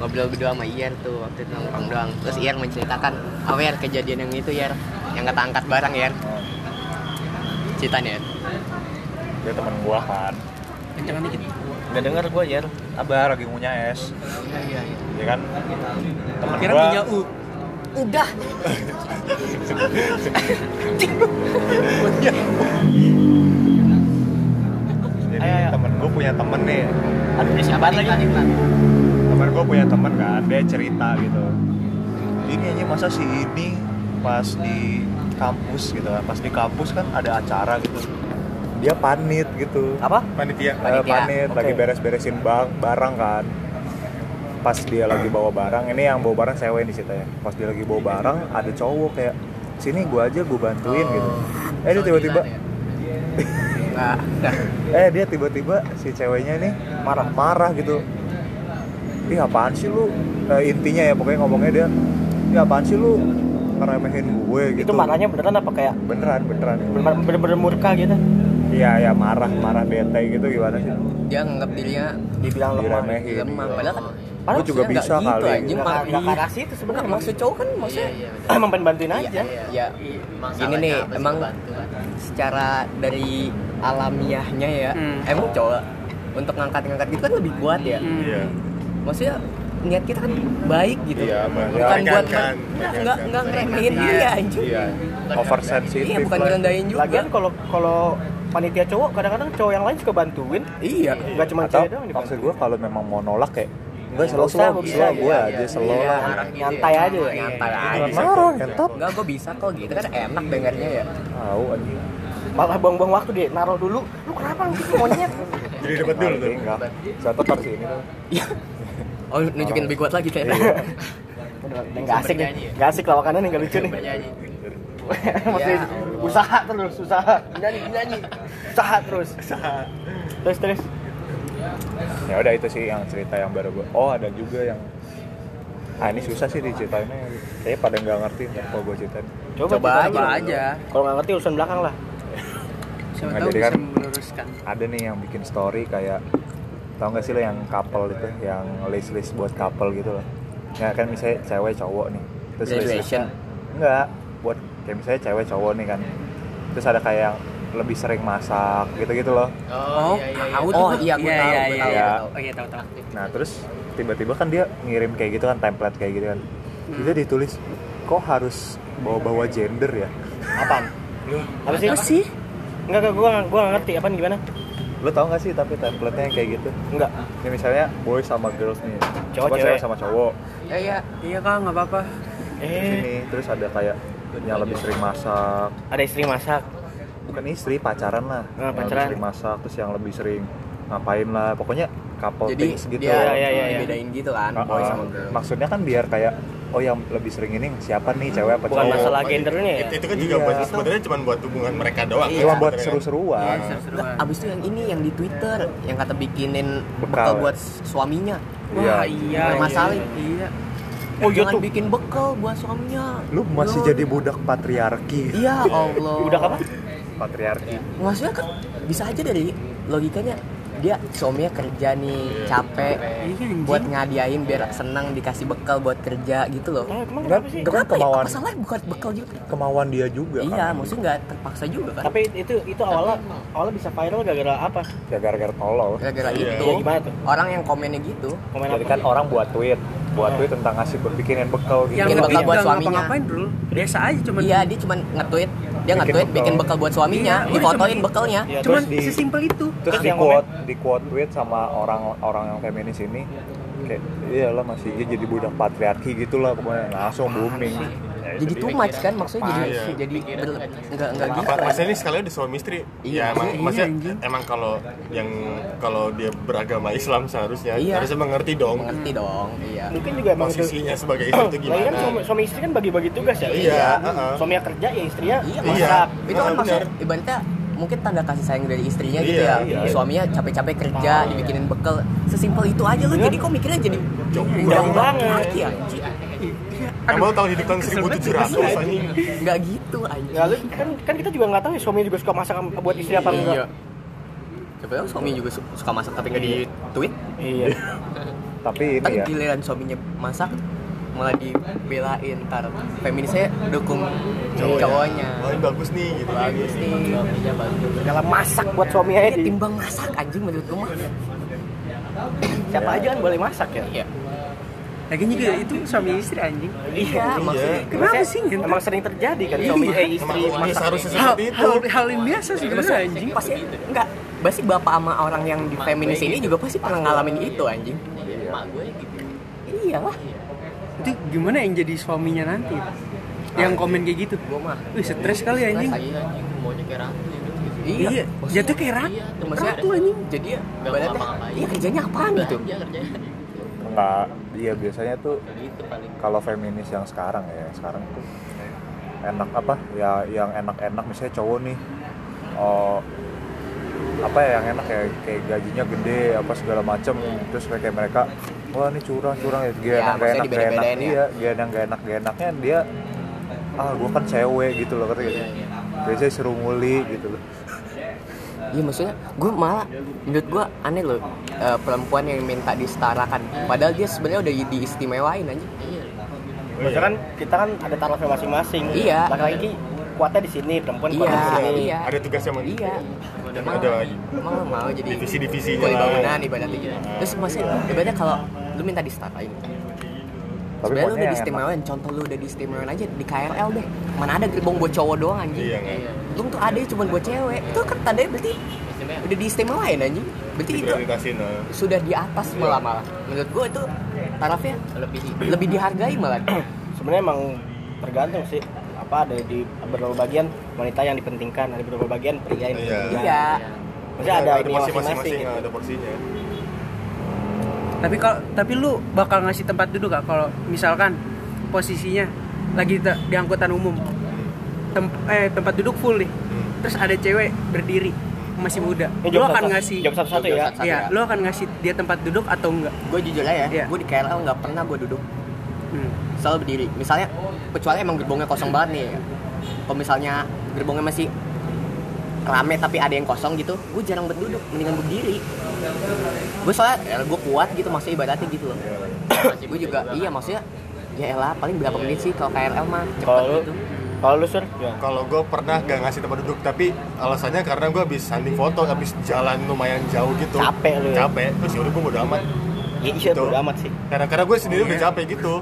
ngobrol berdua sama Iyer tuh waktu itu nongkrong doang terus Iyer menceritakan apa Iyer kejadian yang itu Iyer yang ketangkat barang Iyer ceritanya Iyer
dia teman gua kan
Kencang dikit.
Gak denger gue ya.
abah lagi ngunyah es
iya iya iya
ya kan teman
Kira
gua
punya U.
udah
jadi
Ayo, ayo.
temen gua punya temen nih
Aduh, ini siapa lagi?
temen gua punya temen kan dia cerita gitu ini aja masa si ini pas di kampus gitu kan pas di kampus kan ada acara gitu dia panit gitu
Apa?
panitia
Eh,
Panitia.
panit
Oke.
lagi beres-beresin bang, barang kan pas dia lagi bawa barang ini yang bawa barang cewek di situ ya pas dia lagi bawa barang ada cowok kayak sini gua aja gua
Oh.
bantuin gitu eh dia tiba-tiba
ya.
nah,
eh dia tiba-tiba si ceweknya nih marah-marah gitu ih apaan sih lu Eh, intinya ya pokoknya ngomongnya dia ya apaan sih lu ngeremehin gue gitu
Itu marahnya beneran apa kayak
beneran beneran
bener- bener-bener murka gitu?
iya ya marah marah bete gitu gimana sih
dia nganggap dirinya
Iya,
Dibilang lemah.
diremehin
Iya.
lemah padahal kan
Padahal
Gua juga
maksudnya
bisa
nggak
kali.
gitu,
gitu, Nggak-
anjing.
nggak ke arah situ
Enggak,
sebenarnya.
maksud cowok kan maksudnya
iya
Emang pengen bantuin
Iya,
aja.
iya. Gini nih, emang secara dari alamiahnya ya,
Hmm.
emang cowok untuk ngangkat-ngangkat gitu kan lebih kuat ya.
iya
Maksudnya niat kita kan baik gitu.
Iya, Bang.
bukan buat
Meringankan,
enggak
meringankan.
enggak enggak ngeremehin dia anjing.
iya
oversensitif
Iya, bukan
lah.
ngerendahin juga.
Lagian kalau kalau panitia cowok kadang-kadang cowok yang lain suka bantuin.
iya.
Enggak cuma
atau
cewek doang yang
maksud
dibantuin.
gue kalau memang mau nolak kayak enggak slow
usah,
slow
nggak
slow
usah,
gue
iya,
aja slow
Iya,
lah
Nyantai aja ya.
Nyantai
Jangan
aja.
marah ngentot
Enggak, gue bisa kok gitu kan enak dengarnya ya.
tahu anjing
Malah buang-buang waktu deh, naruh dulu. Lu kenapa anjing monyet?
jadi debat dulu tuh
enggak satu tar sini tuh
Oh, nunjukin lebih kuat lagi kayak.
Udah, udah nggak asik nih. Nggak asik lawakannya nggak lucu nih. Maksudnya usaha terus, usaha. Nyanyi, nyanyi. Usaha terus. Terus, terus.
ya udah itu sih yang cerita yang baru gue oh ada juga yang ah ini susah sih diceritainnya kayaknya pada nggak ngerti ntar kalau gue ceritain
Coba
cerita
aja. aja.
Kalau nggak ngerti urusan belakang lah.
Siapa
Nggak
tahu
jadi
bisa
kan?
meluruskan.
ada nih yang bikin story kayak tau gak sih lo yang couple itu yang list list buat couple gitu loh ya kan misalnya cewek cowok nih terus
Graduation.
enggak buat kayak misalnya cewek cowok nih kan terus ada kayak yang lebih sering masak gitu gitu loh
Oh, tahu tuh.
Oh, iya, gua tahu, gua tahu,
Iya, iya, iya.
gua tahu.
Oh, iya, tahu, tahu.
nah terus tiba-tiba kan dia ngirim kayak gitu kan template kayak gitu kan itu ditulis kok harus bawa-bawa gender ya
Apaan? Apa sih? Apa sih? Enggak, enggak, gua gua nggak ngerti apaan gimana?
lo tau gak sih tapi template nya yang kayak gitu
Enggak.
ya misalnya boy sama girls nih
Cowok,
Apa,
cewek.
sama cowok
Iya, iya.
Iya, Kak, enggak apa-apa.
terus
Eh,
ini terus ada kayak yang lebih sering masak
ada istri masak.
bukan istri pacaran lah
Ah,
Yang lebih
pacaran.
sering masak terus yang lebih sering ngapain lah pokoknya couple
Jadi
things gitu
dia
Iya, iya, iya, iya.
dibedain gitu kan,
Ah,
boy
ah.
sama girl.
maksudnya kan biar kayak oh yang lebih sering ini siapa nih cewek apa
Bukan
cowok
masalah
Oh,
gendernya ya.
itu, itu kan juga
Iya.
buat sebenarnya cuma buat hubungan mereka doang ya,
cuma Iya. buat
sebenarnya.
Iya,
seru-seruan
Seru-seruan.
Nah, Abis itu yang ini yang di Twitter yang kata bikinin bekal,
Bekal.
buat suaminya.
Wah,
iya
iya.
Masalah.
Iya.
Oh, iya
Jangan
tuh.
bikin bekal buat suaminya.
lu masih
Loh.
jadi budak patriarki
Iya Allah.
Udah apa?
patriarki
Maksudnya kan bisa aja dari logikanya dia suaminya kerja nih capek
Iya, anjing.
buat ngadiain biar senang dikasih bekal buat kerja gitu loh. ya?
Eh, emang
Enggak,
kenapa sih?
enggak. kan kemauan.
Masalah bukan bekal juga.
kemauan dia juga
Iya,
kan
maksudnya nggak terpaksa juga kan.
Tapi itu itu awalnya awalnya bisa viral gara-gara apa?
ya gara-gara tolol
Gara-gara
Iya.
itu
Ya gimana tuh?
orang yang komennya gitu.
Komen
jadi
apa? Iya.
kan orang buat tweet buat tweet tentang ngasih bikinin bekal gitu
Yang
Bikin
lebih
bekal buat
nggak
suaminya.
ngapa-ngapain dulu. Biasa aja cuman
Iya, dia cuman nge-tweet, dia
Bikin
nge-tweet
bekal.
bikin bekal buat suaminya,
Iya,
difotoin
cuman-
bekalnya.
Iya,
cuman
terus di- Iya.
sesimpel itu.
terus
Ah,
di
yang
quote di quote tweet sama orang orang yang feminis ini kayak iya lah masih aja jadi budak patriarki gitulah pokoknya
Ah,
langsung booming Nah,
Jadi too much kan maksudnya jadi
Iya.
jadi ber- nggak nggak gitu.
apa maksudnya ini sekalian di suami istri
Iya,
ya emang
iya,
maksudnya
anjing.
emang kalau yang kalau dia beragama Islam seharusnya
Iya.
harusnya mengerti dong
Mengerti dong, iya.
Mungkin juga emang itu.
posisinya sebagai istri itu
Lagi
gimana
kan suami, suami istri kan bagi-bagi tugas ya.
Iya, heeh.
Suaminya kerja ya istrinya
Iya,
masak.
Iya.
Itu kan
Nah,
maksud
bener.
ibaratnya mungkin tanda kasih sayang dari istrinya gitu
Iya,
ya.
iya.
Suaminya capek-capek kerja, dibikinin bekal. Sesimpel itu aja lu. Jadi kok mikirnya jadi
Jauh
budak
banget.
laki ya? anjing?
emang tahu hidup tahun
kesel banget,
1700 anjing
Nggak gitu aja.
Ya, lu- kan kan kita juga nggak tahu ya suaminya juga suka masak buat istri apa
Iya.
enggak.
Siapa tahu suami juga su- suka masak tapi nggak di tweet.
Iya.
tapi
kan
ini ya
giliran suaminya masak malah dibelain ntar feminisnya dukung
Oh, iya.
cowoknya
Wah, ini bagus nih gitu.
bagus nih suaminya bagus
Iya.
Segala masak buat suaminya ya,
Iya,
Ini
di
timbang masak anjing menurut rumah
siapa aja kan boleh masak ya.
iya
Lagi juga itu suami istri anjing.
iya maksudnya
Kenapa sih? gitu?
Emang sering terjadi kan suami eh, istri
Iya. Emang
masak.
seharusnya
hal,
seperti itu.
hal, hal yang biasa sebenarnya anjing.
pasti enggak pasti bapak sama orang yang di feminis ini juga pasti pernah ngalamin itu anjing iyalah
Itu gimana yang jadi suaminya nanti? Yang komen kayak gitu.
gua mah
Wih, stres kali ya, anjing.
mau nyeker
iya
Iya,
Maksudnya-
jatuh kayak rat-
iya, maksudnya
ratu anjing.
jadi ya
Nggak mau
badannya
ngapa-ngapain.
iya kerjanya apaan gitu
nggak iya biasanya tuh kalau feminis yang sekarang ya sekarang tuh enak apa ya yang enak-enak misalnya cowok nih oh apa ya yang enak ya kayak gajinya gede apa segala macem terus kayak kayak mereka wah ini curang curang ya gak
Ya, maksudnya
enak gak enak gak enak
dibeda-bedain ya.
iya gak enak gak enak gak enaknya dia ah gue kan cewek gitu loh kata gitu biasanya seru nguli gitu loh
Iya maksudnya gue malah menurut gue aneh loh eh, perempuan yang minta disetarakan padahal dia sebenarnya udah diistimewain aja
Maksudnya kan kita kan ada tarafnya masing-masing.
Iya.
Laki-laki kuatnya di sini, perempuan kuatnya di sini.
Iya.
Ada tugasnya emang.
iya
Dan ada lagi.
emang lo mau jadi
Divisi-divisinya
kuli
lah.
bangunan ibaratnya gitu. terus maksudnya ibaratnya kalau lu minta disetarain
tapi
sebenarnya lu udah
pokoknya yang enak
diistimewain contoh lu udah diistimewain aja di KRL deh mana ada gerbong buat cowok doang anjing
Iya, nggak?
Untung tuh ada cuma buat cewek itu kan tandanya berarti udah diistimewain anjing berarti itu
Prioritasin. nah.
sudah di atas malah malah menurut gue itu tarafnya lebih lebih dihargai malah
Sebenarnya emang tergantung sih apa ada di beberapa bagian wanita yang dipentingkan, ada beberapa bagian pria yang
Iya.
dipentingkan.
iya
Maksudnya ada
ada
ini
porsi
masing-masing. gitu.
masing-masing, eh, iya. ada porsinya.
Tapi kalau tapi lu bakal ngasih tempat duduk gak kalau misalkan posisinya lagi te- di angkutan umum. Tem- eh tempat duduk full nih. Terus ada cewek berdiri masih muda.
Ini
Lu
jawab
akan
satu-
ngasih
Jawab satu-satu ya.
Iya, lu akan ngasih dia tempat duduk atau enggak?
gue jujur aja ya
Iya.
gue di KRL nggak pernah gue duduk
Hmm.
selalu berdiri misalnya kecuali emang gerbongnya kosong banget nih ya. kalau misalnya gerbongnya masih rame tapi ada yang kosong gitu gue jarang buat duduk mendingan berdiri gue soalnya gue kuat gitu maksudnya ibaratnya gitu loh gue juga iya maksudnya ya elah paling berapa menit sih kalau KRL mah cepet
Kalau lu
gitu
kalau lu sur, ya.
Kalau gue pernah gak ngasih tempat duduk, tapi alasannya karena gue habis hunting foto, habis jalan lumayan jauh gitu.
Capek lu ya?
Capek. Terus yaudah gue bodo amat.
Iya, iya
Gitu.
bodo amat sih.
Karena karena gue sendiri
Iya.
udah capek gitu.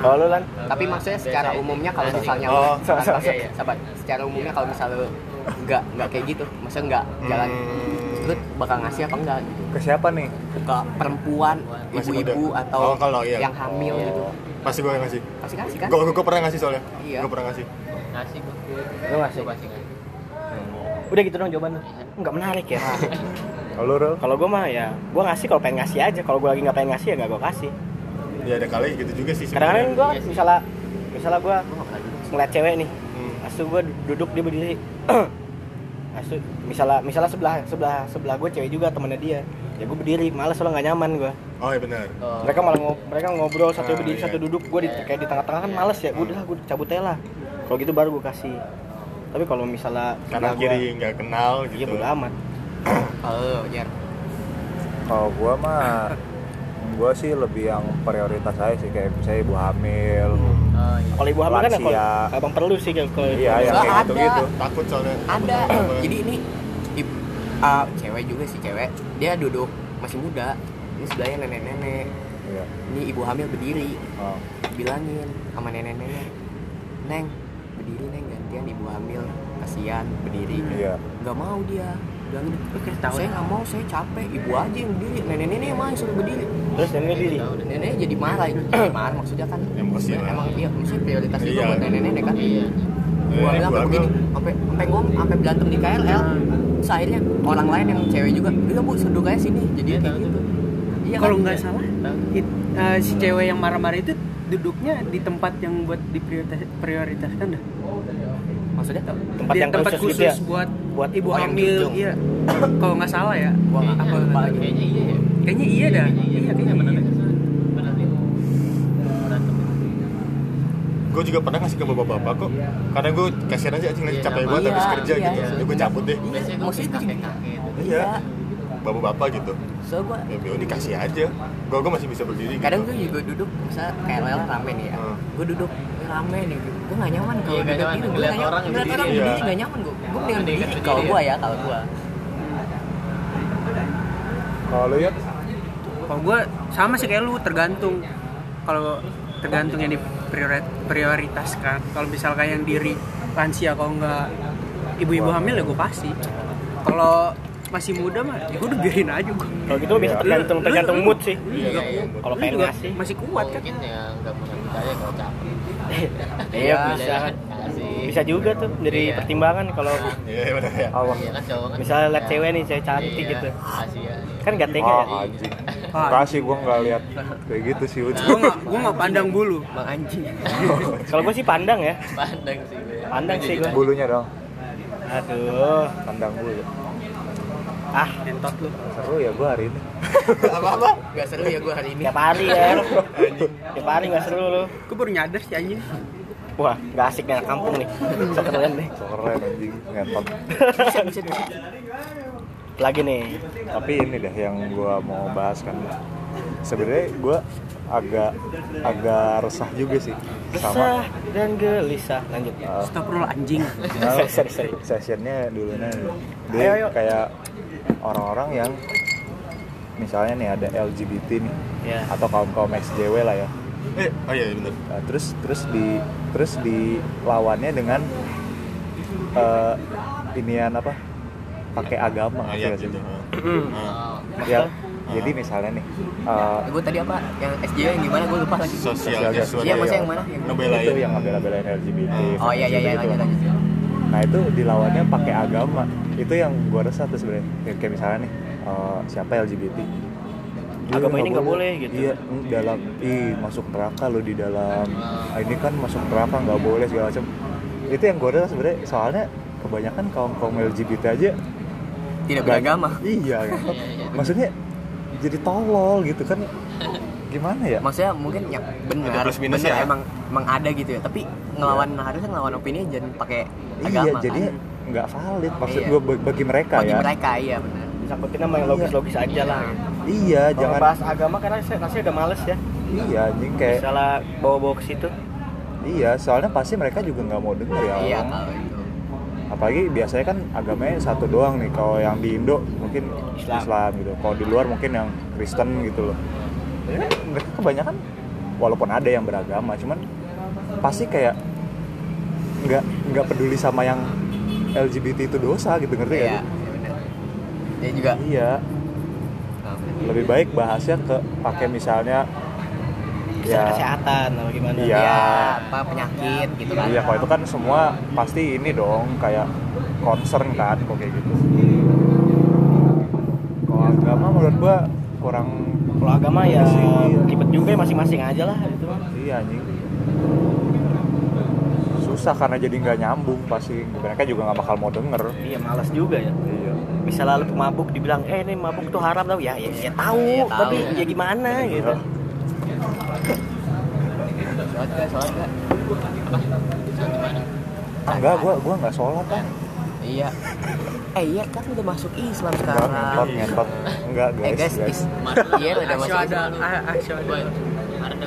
Kalau lu lan,
tapi maksudnya secara umumnya kalau misalnya
Oh,
tanpa- sabar. secara umumnya kalau misalnya lu nggak nggak kayak gitu maksudnya nggak jalan
Hmm.
lu bakal ngasih apa enggak gitu
ke siapa nih
ke perempuan
Masih
ibu-ibu
muda.
atau
Oh, kalau iya.
yang hamil gitu
Pasti gue ngasih.
pasti kasih kan
Gue gue pernah ngasih soalnya.
Iya.
Gue pernah ngasih.
ngasih gua
lu ngasih. Udah gitu dong jawaban lu. Enggak menarik ya.
Kalau lu Rel?
kalau gua mah ya, gua ngasih kalau pengen ngasih aja. Kalau gua lagi nggak pengen ngasih ya nggak gua kasih.
Ya ada kali gitu juga sih.
kadang-kadang
sebenarnya.
gue misalnya misalnya gue
gitu.
ngeliat cewek nih
Hmm.
asu gue duduk dia berdiri asu misalnya misalnya sebelah sebelah sebelah gue cewek juga temennya dia ya gue berdiri males soalnya nggak nyaman gue
Oh iya benar.
mereka malah ngob- mereka ngobrol satu
Ah,
berdiri
iya. Hmm.
satu duduk gue di, kayak di tengah-tengah kan males ya gue udah gue cabut aja lah kalau gitu baru gue kasih tapi kalau misalnya
Karena
sebelah
kiri nggak kenal
gua,
gitu.
iya bodo amat
kalau lu, Jar.
Kalau gua mah gua sih lebih yang prioritas aja sih kayak misalnya ibu hamil.
kalau ibu hamil kan ya kalau
Lansia.
abang perlu sih kalau kalau
Iya, yang
Nggak
kayak
ada.
gitu-gitu.
Takut soalnya.
ada
Apa?
jadi ini ibu- ah, cewek juga sih cewek dia duduk masih muda ini sebelahnya nenek-nenek
Iya.
ini ibu hamil berdiri
Oh.
bilangin sama nenek-nenek neng berdiri neng gantian ibu hamil kasihan berdiri
Hmm,
Iya.
nggak mau dia bilang
tahu
saya nggak mau saya capek ibu aja yang berdiri nenek-nenek emang yang suruh berdiri
terus dan berdiri
nenek jadi marah itu jadi marah maksudnya kan
Emosi lah.
emang iya maksudnya prioritas juga
Iya.
buat nenek-nenek kan gua
Eh, gua
bilang kayak begini sampai sampai ngom sampai berantem di
Iya.
KLL terus akhirnya orang lain yang cewek juga udah bu seduk aja sini jadi kayak gitu iya
Kalau
kan?
nggak salah, it- eh, si cewek yang marah-marah itu duduknya di tempat yang buat diprioritaskan dah.
maksudnya tuh
tempat
Di
yang
tempat
khusus,
khusus
gitu ya
buat
buat
ibu
Oh, yang
hamil.
dijunjung.
Iya. Kalau nggak salah ya.
gua nggak tahu lupa lagi
kayaknya iya ya
Kayaknya iya dah. Iya, kayaknya iya.
benar nih
Gue juga pernah ngasih ke bapak-bapak kok. Karena gue kasihan aja anjing lagi capek banget
iya,
habis kerja
iya.
gitu. Jadi gue cabut deh.
maksudnya itu juga
Iya. Bapak-bapak gitu.
Iya. so gua
Ya, ini kasih aja. Gua gua masih bisa berdiri. gitu.
kadang gue juga duduk misalnya kayak lo rame nih ya
Hmm.
gue duduk rame nih gitu gue nggak nyaman kalau
Iya, nggak
duduk
nyaman.
gitu
Ngeliat
nyaman
orang
ngeliat
berdiri,
orang
iya.
berdiri nggak nyaman gue gue mendingan
Mendingan
berdiri
berdiri
kalau
ya.
gue ya kalau gue
Kalau lu ya
kalau gue sama sih kayak lu tergantung kalau tergantung yang dipriorit- prioritaskan kalau misalkan yang diri lansia kalau enggak ibu-ibu hamil ya gue pasti kalau masih muda mah ya gue udah biarin aja gue
Kalau gitu
Iya.
bisa tergantung tergantung mood sih. Kalau
kalau
pengen
Iya, juga
ngasih.
masih kuat kan
mungkin ya nggak punya budaya kalau capek
Iya
Ada
bisa.
kasih.
Bisa juga tuh dari
Iya.
pertimbangan kalau
Iya, benar ya.
Allah.
Iya kan cowok kan
Misalnya lihat cewek nih, cewek cantik
Iya,
gitu.
kasih ya
Kan gak tega ya.
Ah, anjing. Makasih gua nggak lihat kayak gitu sih Ud.
gue nggak gue nggak pandang bulu
bang anjing
iya.
Kalau gue sih pandang ya.
pandang sih gue.
Pandang sih gue.
Bulunya dong,
Aduh.
tandang bulu.
Ah,
entot lu
Seru ya gua hari ini.
apa-apa
Oh.
gak seru ya gue hari ini
tiap hari ya. Tiap hari gak seru lu.
gue baru nyadar sih anjing
Wah, gak asik nih anak kampung nih. So keren nih.
So keren anjing ngentot.
Lagi nih.
Tapi ini deh yang gua mau bahas kan. Sebenarnya gua agak agak resah juga sih
Resah
sama
dan gelisah. Lanjut.
eh,
stop roll anjing
Nah,
Sorry, sorry.
sessionnya dulu nah dulu.
Hmm.
Ayo,
Dia
ayo.
kayak orang-orang yang misalnya nih ada LGBT nih
Ya.
atau kaum kaum SJW lah ya.
Eh, oh iya benar.
Nah, terus terus di terus dilawannya dengan eh, inian apa? Pakai
Ya,
agama
Ayat gitu.
gitu.
Heeh.
Hmm.
Heeh.
Ya, jadi
Ah.
misalnya nih eh,
gue tadi apa yang SJ yang gimana gue lupa lagi
Sosial
Sosial.
iya
Iya,
maksudnya
iya.
yang mana
Ngebelain.
itu yang ngebela-belain LGBT.
oh iya iya iya
gitu.
lanjut lanjut
Nah itu dilawannya pakai agama. Itu yang gue rasa tuh sebenarnya. Ya, Kayak, kayak misalnya nih eh, siapa LGBT. Dia
Agama ini nggak boleh, gitu.
Iya, mm, dalam ih masuk neraka lo di dalam. Ah, ini kan masuk neraka nggak boleh segala macam. Itu yang gue rasa sebenarnya. Soalnya kebanyakan kaum kaum LGBT aja
tidak beragama
Iya. kan. Maksudnya jadi tolol gitu kan. Gimana ya?
maksudnya mungkin ya benar
Ada plus minus
benar
ya.
emang emang ada gitu ya tapi ngelawan harusnya ngelawan opini jangan pakai agama
iya,
kan.
jadi nggak valid maksud
Iya.
gue bagi mereka
bagi
ya.
mereka iya benar
Disangkutin sama yang logis-logis aja lah.
Iya,
Jangan
jangan
bahas agama karena saya rasanya udah males ya.
iya anjing kayak
Misalnya bawa-bawa ke situ.
Iya, soalnya pasti mereka juga nggak mau denger ya.
iya
orang.
kalau itu
Apalagi biasanya kan agamanya satu doang nih. Kalau yang di Indo mungkin Islam,
Islam.
gitu. Kalau di luar mungkin yang Kristen gitu loh. Jadi kan mereka kebanyakan walaupun ada yang beragama, cuman pasti kayak nggak nggak peduli sama yang LGBT itu dosa gitu ngerti
iya
ya?
iya, benar dia juga
Iya, lebih baik bahasnya ke pakai misalnya
Misalnya kesehatan atau gimana.
Iya.
ya apa penyakit gitu kan
Iya, kalau itu kan semua pasti ini dong kayak concern kan kok kayak gitu. Kalau agama menurut gua kurang
Kalau agama ya
Iya sih, iya.
ribet juga ya masing-masing aja lah gitu mah.
iya anjing. Susah karena jadi nggak nyambung pasti mereka juga nggak bakal mau denger.
Iya malas juga ya.
Iya.
Misalnya lu pemabuk dibilang eh ini mabuk tuh haram tau ya ya, ya tahu,
Iya, tahu.
tapi ya gimana gitu.
sholat gak sholat gak
Ah, enggak, gua gua nggak sholat kan.
iya eh iya kan udah masuk Islam
Enggak,
sekarang
ngentot, ngentot. Enggak,
eh
guys,
guys,
guys.
is, iya udah masuk
asyhadu ada
Islam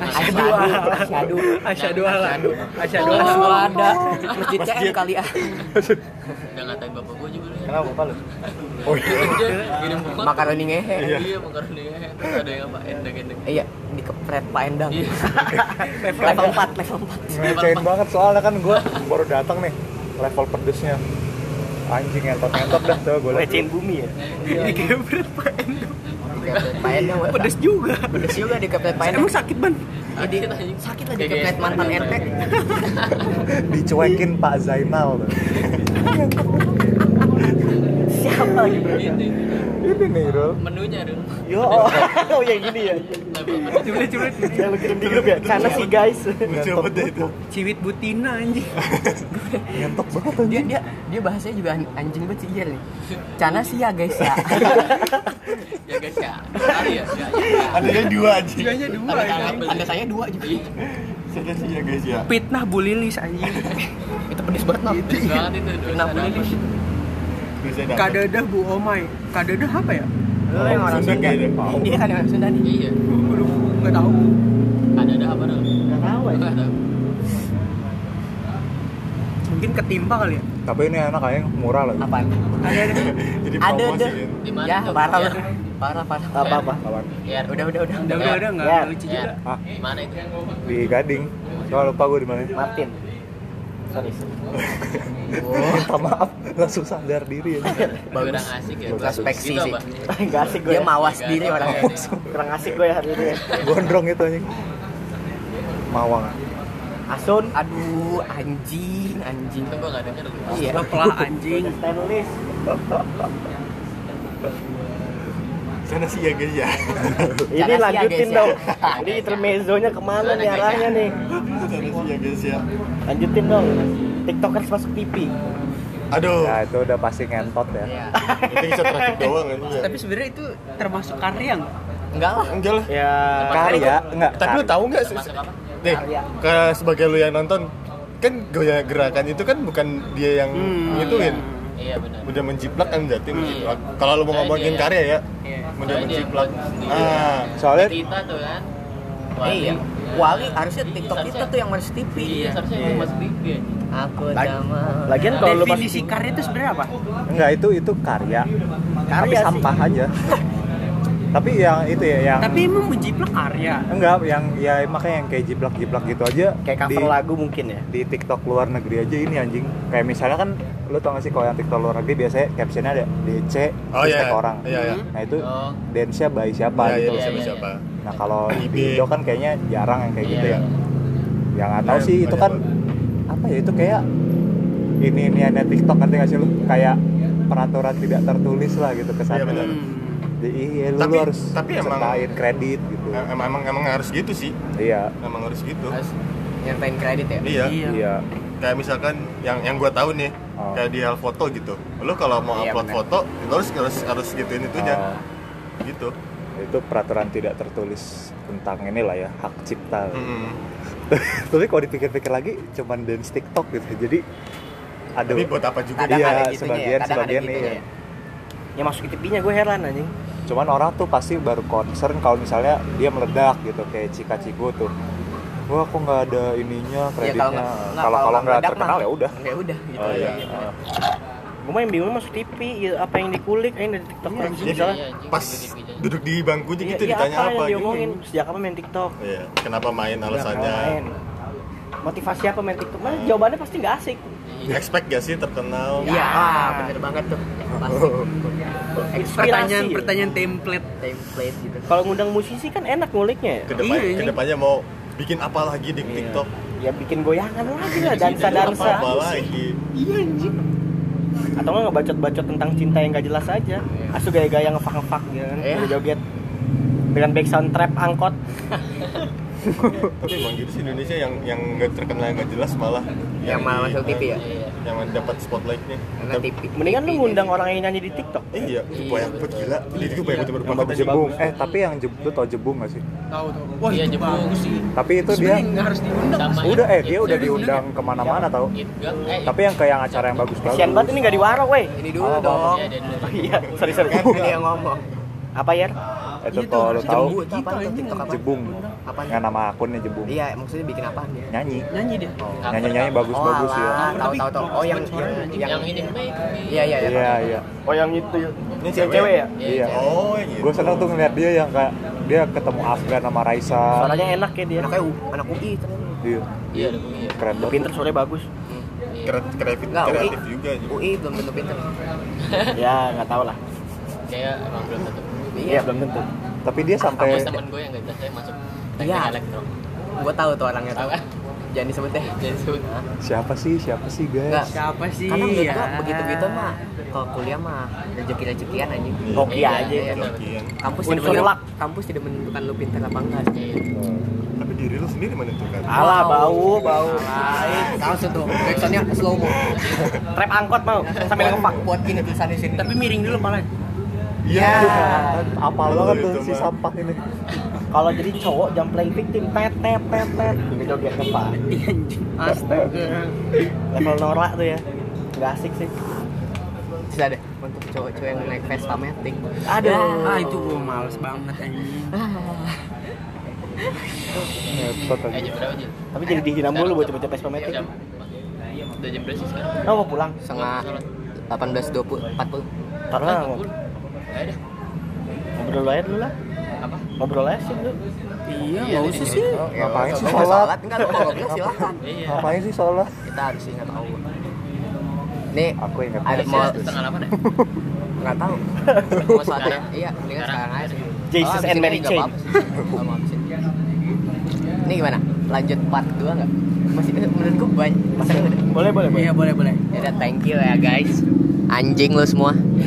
asyhadu
asyhadu asyhadu
asyhadu lah asyhadu
asyhadu ada masjid CM kali ah
udah ngatain bapak gue juga lu ya
Kenapa bapak lu?
Oh iya.
Dia ngirim foto.
makaroni ngehe
iya makaroni terus ada yang apa endeng endeng
iya dikepret Pak Endang
Iya.
level 4 level 4
Ngecewain banget soalnya kan gua baru datang nih level pedesnya. Anjing ngentot-ngentot dah tuh gua liat.
Wecein bumi ya.
dikebret pak Endo.
dikepret Pak Endang
pedes juga
pedes juga dikepret Pak Endang
emang sakit ban
jadi sakit lagi dikepret mantan RT
gitu.
dicuekin Pak Zainal tuh.
Siapa lagi bro?
ini nih Rul
menunya dong
Yo, oh, oh yang gini ya.
Culet-culet.
Yang lu kirim di grup ya. Sana sih guys.
Ngentot
Siapa deh itu?
ciwit butina anjing
ngentot banget
dia
anjing
dia dia bahasanya juga an- anjing banget sih iya nih cana sih ya guys ya
ya guys ya kali ya ya, ya.
Adanya dua anjing.
Tiganya dua
Tanda
ya.
tangan- tanda saya dua juga
Saya sih ya guys ya.
Fitnah Bu Lilis anjing.
itu pedes banget Nam.
Pedes banget itu, dosa
Kenapa
dapat.
ini?
Bisa dapat.
Kadadah Bu Omai. Kadadah apa ya?
Lu yang orang
Sunda
Sunda.
kayaknya.
Dia kan orang Sunda nih.
Iya.
Lu nggak tahu.
Ada ada apa dong?
Enggak tahu
eh.
aja.
Ada.
Mungkin ketimpa kali ya.
Tapi ini enak kayaknya murah lagi.
Apaan?
Ada ada.
Jadi
Ada
promosi
deh.
kan.
Di mana?
Ya,
tuh?
parah
Ya.
lu. Parah, parah.
Gak apa-apa.
Kawan
Ya,
Udah, udah, udah.
Udah udah udah nggak
Ya.
lucu
Ya.
juga.
Ah.
Di mana itu?
di Gading. Soalnya lupa gue di mana.
Oh.
Martin. Sorry.
Minta maaf, langsung sadar diri ya.
Bagus. Kurang asik ya. bagus.
Introspeksi
Gitu
sih.
apa? Iya,
Enggak asik gue.
Dia
ya.
mawas diri orangnya.
Kurang asik gue hari ini.
Gondrong itu anjing. Mawang.
Asun.
Aduh, anjing, anjing.
Itu gua nggak denger lu.
Iya.
Lo pelah anjing.
Stainless.
Sana sih ya guys ya.
Ini
Jangan sia,
lanjutin
guys, ya.
dong. Ini intermezzonya kemana nih arahnya nih?
Sana sih ya guys ya.
Lanjutin dong. Tiktokers masuk TV.
Aduh,
Ya itu udah pasti ngentot ya.
itu bisa traffic doang kan. ya.
Tapi sebenarnya itu termasuk karya nggak?
Enggak lah.
Enggak lah.
Ya.
Karya enggak.
Iya. Tapi lu tahu nggak sih? Nih,
ya.
ke sebagai lu yang nonton, kan gaya gerakan itu kan bukan dia yang ngituin.
Hmm, Iya benar. Iya.
Udah menjiplak kan berarti menjiplak. Kalau lu mau ngomongin karya ya, udah
Soalnya dia
menjiplak.
yang Iya. buat
Ah,
Soalnya
Kita tuh kan. ya?
Eh, iya. Wali harusnya TikTok kita tuh yang masuk TV.
Iya, seharusnya itu Mas Bibi.
Aku
Lagi-
sama.
lagian kalau lu pas-
Definisi karya itu sebenarnya apa?
enggak itu itu karya. Tapi
Karya sih.
sampah aja. Tapi yang itu ya yang
Tapi emang menjiplak karya.
enggak yang ya makanya yang kayak jiplak-jiplak gitu aja
Kayak cover
di-
lagu mungkin ya.
di TikTok luar negeri aja ini anjing kayak misalnya kan lu tau gak sih kalau yang TikTok luar negeri biasanya captionnya ada DC
Oh,
terus
iya,
tag
iya.
orang
Iya, iya.
nah itu
Oh.
dance-nya by siapa
ya,
gitu
Iya,
ya,
loh.
siapa siapa.
nah kalau
IB.
di Indo kan kayaknya jarang yang kayak gitu
Iya.
ya yang nggak tahu
Iya,
sih itu
banyak
kan apa ya itu kayak ini ini ada TikTok nanti nggak sih lu kayak peraturan tidak tertulis lah gitu
Iya,
kesannya
benar.
jadi iya lu
Tapi-
harus
tapi emang-
sertain kredit gitu
Em- Emang emang harus gitu sih.
iya
Emang harus gitu.
Harus nyertain kredit ya.
Iya.
iya
kayak misalkan yang yang gue tahu nih
Oh.
kayak di hal foto gitu lo kalau mau
Iya,
upload
bener.
foto lo harus harus harus gituin itunya
Oh.
gitu
itu peraturan tidak tertulis tentang inilah ya hak cipta
Mm-mm.
tapi kalau dipikir-pikir lagi cuman dance TikTok gitu jadi ada
tapi buat apa juga
Kadang
Iya,
ada gitunya ya, kadang
sebagian-
ada
sebagian
gitunya
iya.
ya.
Yang masuk ke TV-nya gue heran anjing.
cuman orang tuh pasti baru concern kalau misalnya dia meledak gitu kayak Cika Ciku tuh wah kok nggak ada ininya
Iya,
kreditnya kalau kalau nggak
meledak
terkenal
mah.
ya udah
Ya udah gitu.
Oh,
aja.
iya.
Nah,
Gue mah yang bingung masuk TV, ya, apa yang dikulik ini dari TikTok orang
Dia
misalnya.
pas duduk di
Iya,
bangkunya iya, gitu
iya,
ditanya
apa
apa,
yang
gitu
diomongin? Sejak kapan main TikTok?
Iya, kenapa main alasannya
Sejak kapan main? Motivasi apa main TikTok? Mana jawabannya pasti nggak asik.
expect gak sih terkenal Oh,
Iya, ah, bener banget tuh. Pasti
Pertanyaan
iya.
Inspirasi.
pertanyaan template.
template gitu.
Kalau ngundang musisi kan enak nguliknya ya.
kedepannya
Iya, iya.
kedepannya mau bikin apa lagi di TikTok
Ya
Iya,
bikin goyangan lagi lah,
apa,
dansa-dansa.
apa lagi
Atau nggak ngebacot-bacot tentang cinta yang nggak jelas aja. Asu gaya-gaya ngefak-ngefak gitu kan,
Iya.
joget. Dengan background trap angkot.
tapi emang gitu sih Indonesia yang yang nggak terkenal nggak jelas malah
Yang malah masuk TV ya?
yang dapat spotlightnya
Karena
Tapi-
TV.
Mendingan lu ngundang orang yang nyanyi di TikTok.
Iya, itu banyak banget gila. Jadi gue banyak banget
yang bagus jebung eh tapi yang jebung tuauh tau jebung gak sih
Tahu tuh. Wah,
Iya,
itu
jebung.
bagus sih.
tapi itu dia
Sebenarnya nggak harus diundang.
Sama
udah eh
Ip-
dia
Ip-
udah
Ip-
diundang kemana-mana tau
Ipgang, eh,
tapi yang kayak acara yang bagus-bagus
Kasian banget ini nggak diwaro, weh.
Ini dulu
Apa, apa,
dong.
Iya, ada dulu.
Iya, sorry sorry.
Ada yang ngomong.
Apa ya?
itu kalau lo tahu
Jebung Iya, itu apa tuh TikTok apa?
jebung
Apaan?
nggak nama akunnya jebung
Iya, maksudnya bikin apaan ya?
Oh.
nyanyi
Nyanyi dia.
nyanyi nyanyi bagus bagus ya
alah, Tahu tahu tahu. Oh, yang yang
yang ini make me.
Iya, iya, iya.
iya iya
Oh yang itu
Ini
cewek ya?
iya
Oh, iya.
gue seneng tuh ngeliat dia yang kayak dia ketemu Afgan sama Raisa
Suaranya enak ya dia.
Anaknya U- anak UI ternyata.
dia
Iya, ada gue, iya.
keren banget
Pinter suaranya bagus.
keren kreatif
Nggak, Ui.
kreatif juga aja.
UI belum tentu pinter.
ya nggak tahu lah.
Kayak emang belum tentu.
Iya belum tentu.
tapi dia
Kampus
sampai
temen gue yang gak jelas saya masuk
Iya.
teknik elektro.
Gua tahu tuh orangnya tahu.
Tahu kan?
Jangan disebut deh.
Jadi sebut
siapa sih siapa sih
Enggak.
Iya.
guys
Siapa sih?
Karena menurut
ya?
gua begitu-gitu mah kalau kuliah mah rezeki-rezekian anjing.
Hoki
Iya,
aja.
iya, bener.
Jokian.
Kampus
Unsur
tidak menentukan,
luck.
kampus tidak menentukan lu pintar apa enggak.
Iya.
Hmm.
Tapi diri lu sendiri menentukan.
Alah bau bau.
Langsung tuh, reaksinya slow mo.
Trap angkot mau sambil ngepak.
buat gini tulisannya sini.
Tapi miring dulu palanya.
Iya.
apal banget
Itu
tuh si
mah.
sampah ini
Kalau jadi cowok jangan playing victim. Tet tet tet tet. Sambil joget ngepak.
Iya, anjing. Astaga.
Level Nora tuh ya. Nggak asik sih.
ada deh untuk cowok-cowok yang naik Vespa Matic. Ya,
Ada. Ah itu gue males banget anjing.
Repot
Eh,
lagi.
jam berapa, Jil?
Tapi jadi dihina mulu buat cepet-cepet Vespa Matic.
Jam- Udah jam berapa sih sekarang?
Oh, mau pulang.
Setengah 18 20 40.
Taruh lah, mau-
Nggak ada.
ngobrol aja dulu lah.
Apa?
Ngobrol aja sih dulu.
Iya, nggak usah sih.
Ngapain sih
Kalau mau
sholat?
sholat enggak lu kalau enggak silakan.
Iya.
Ngapain sih sholat?
Kita harus ingat Allah. Nih
Aku ingat
Ada
Yesus.
mau-
Biasanya setengah delapan ya?
nggak tahu. Mau sholat ya? Iya, mendingan sekarang aja. Oh, sih.
Jesus
abis
and
ini
Mary
nggak
Chain.
apa-apa sih. Nggak mau abis ini. Ini gimana? Lanjut part 2 enggak? Masih menurut gue banyak. Masih udah.
Boleh, boleh, boleh.
Iya boleh boleh.
Ya udah, thank you ya guys. Anjing lu semua.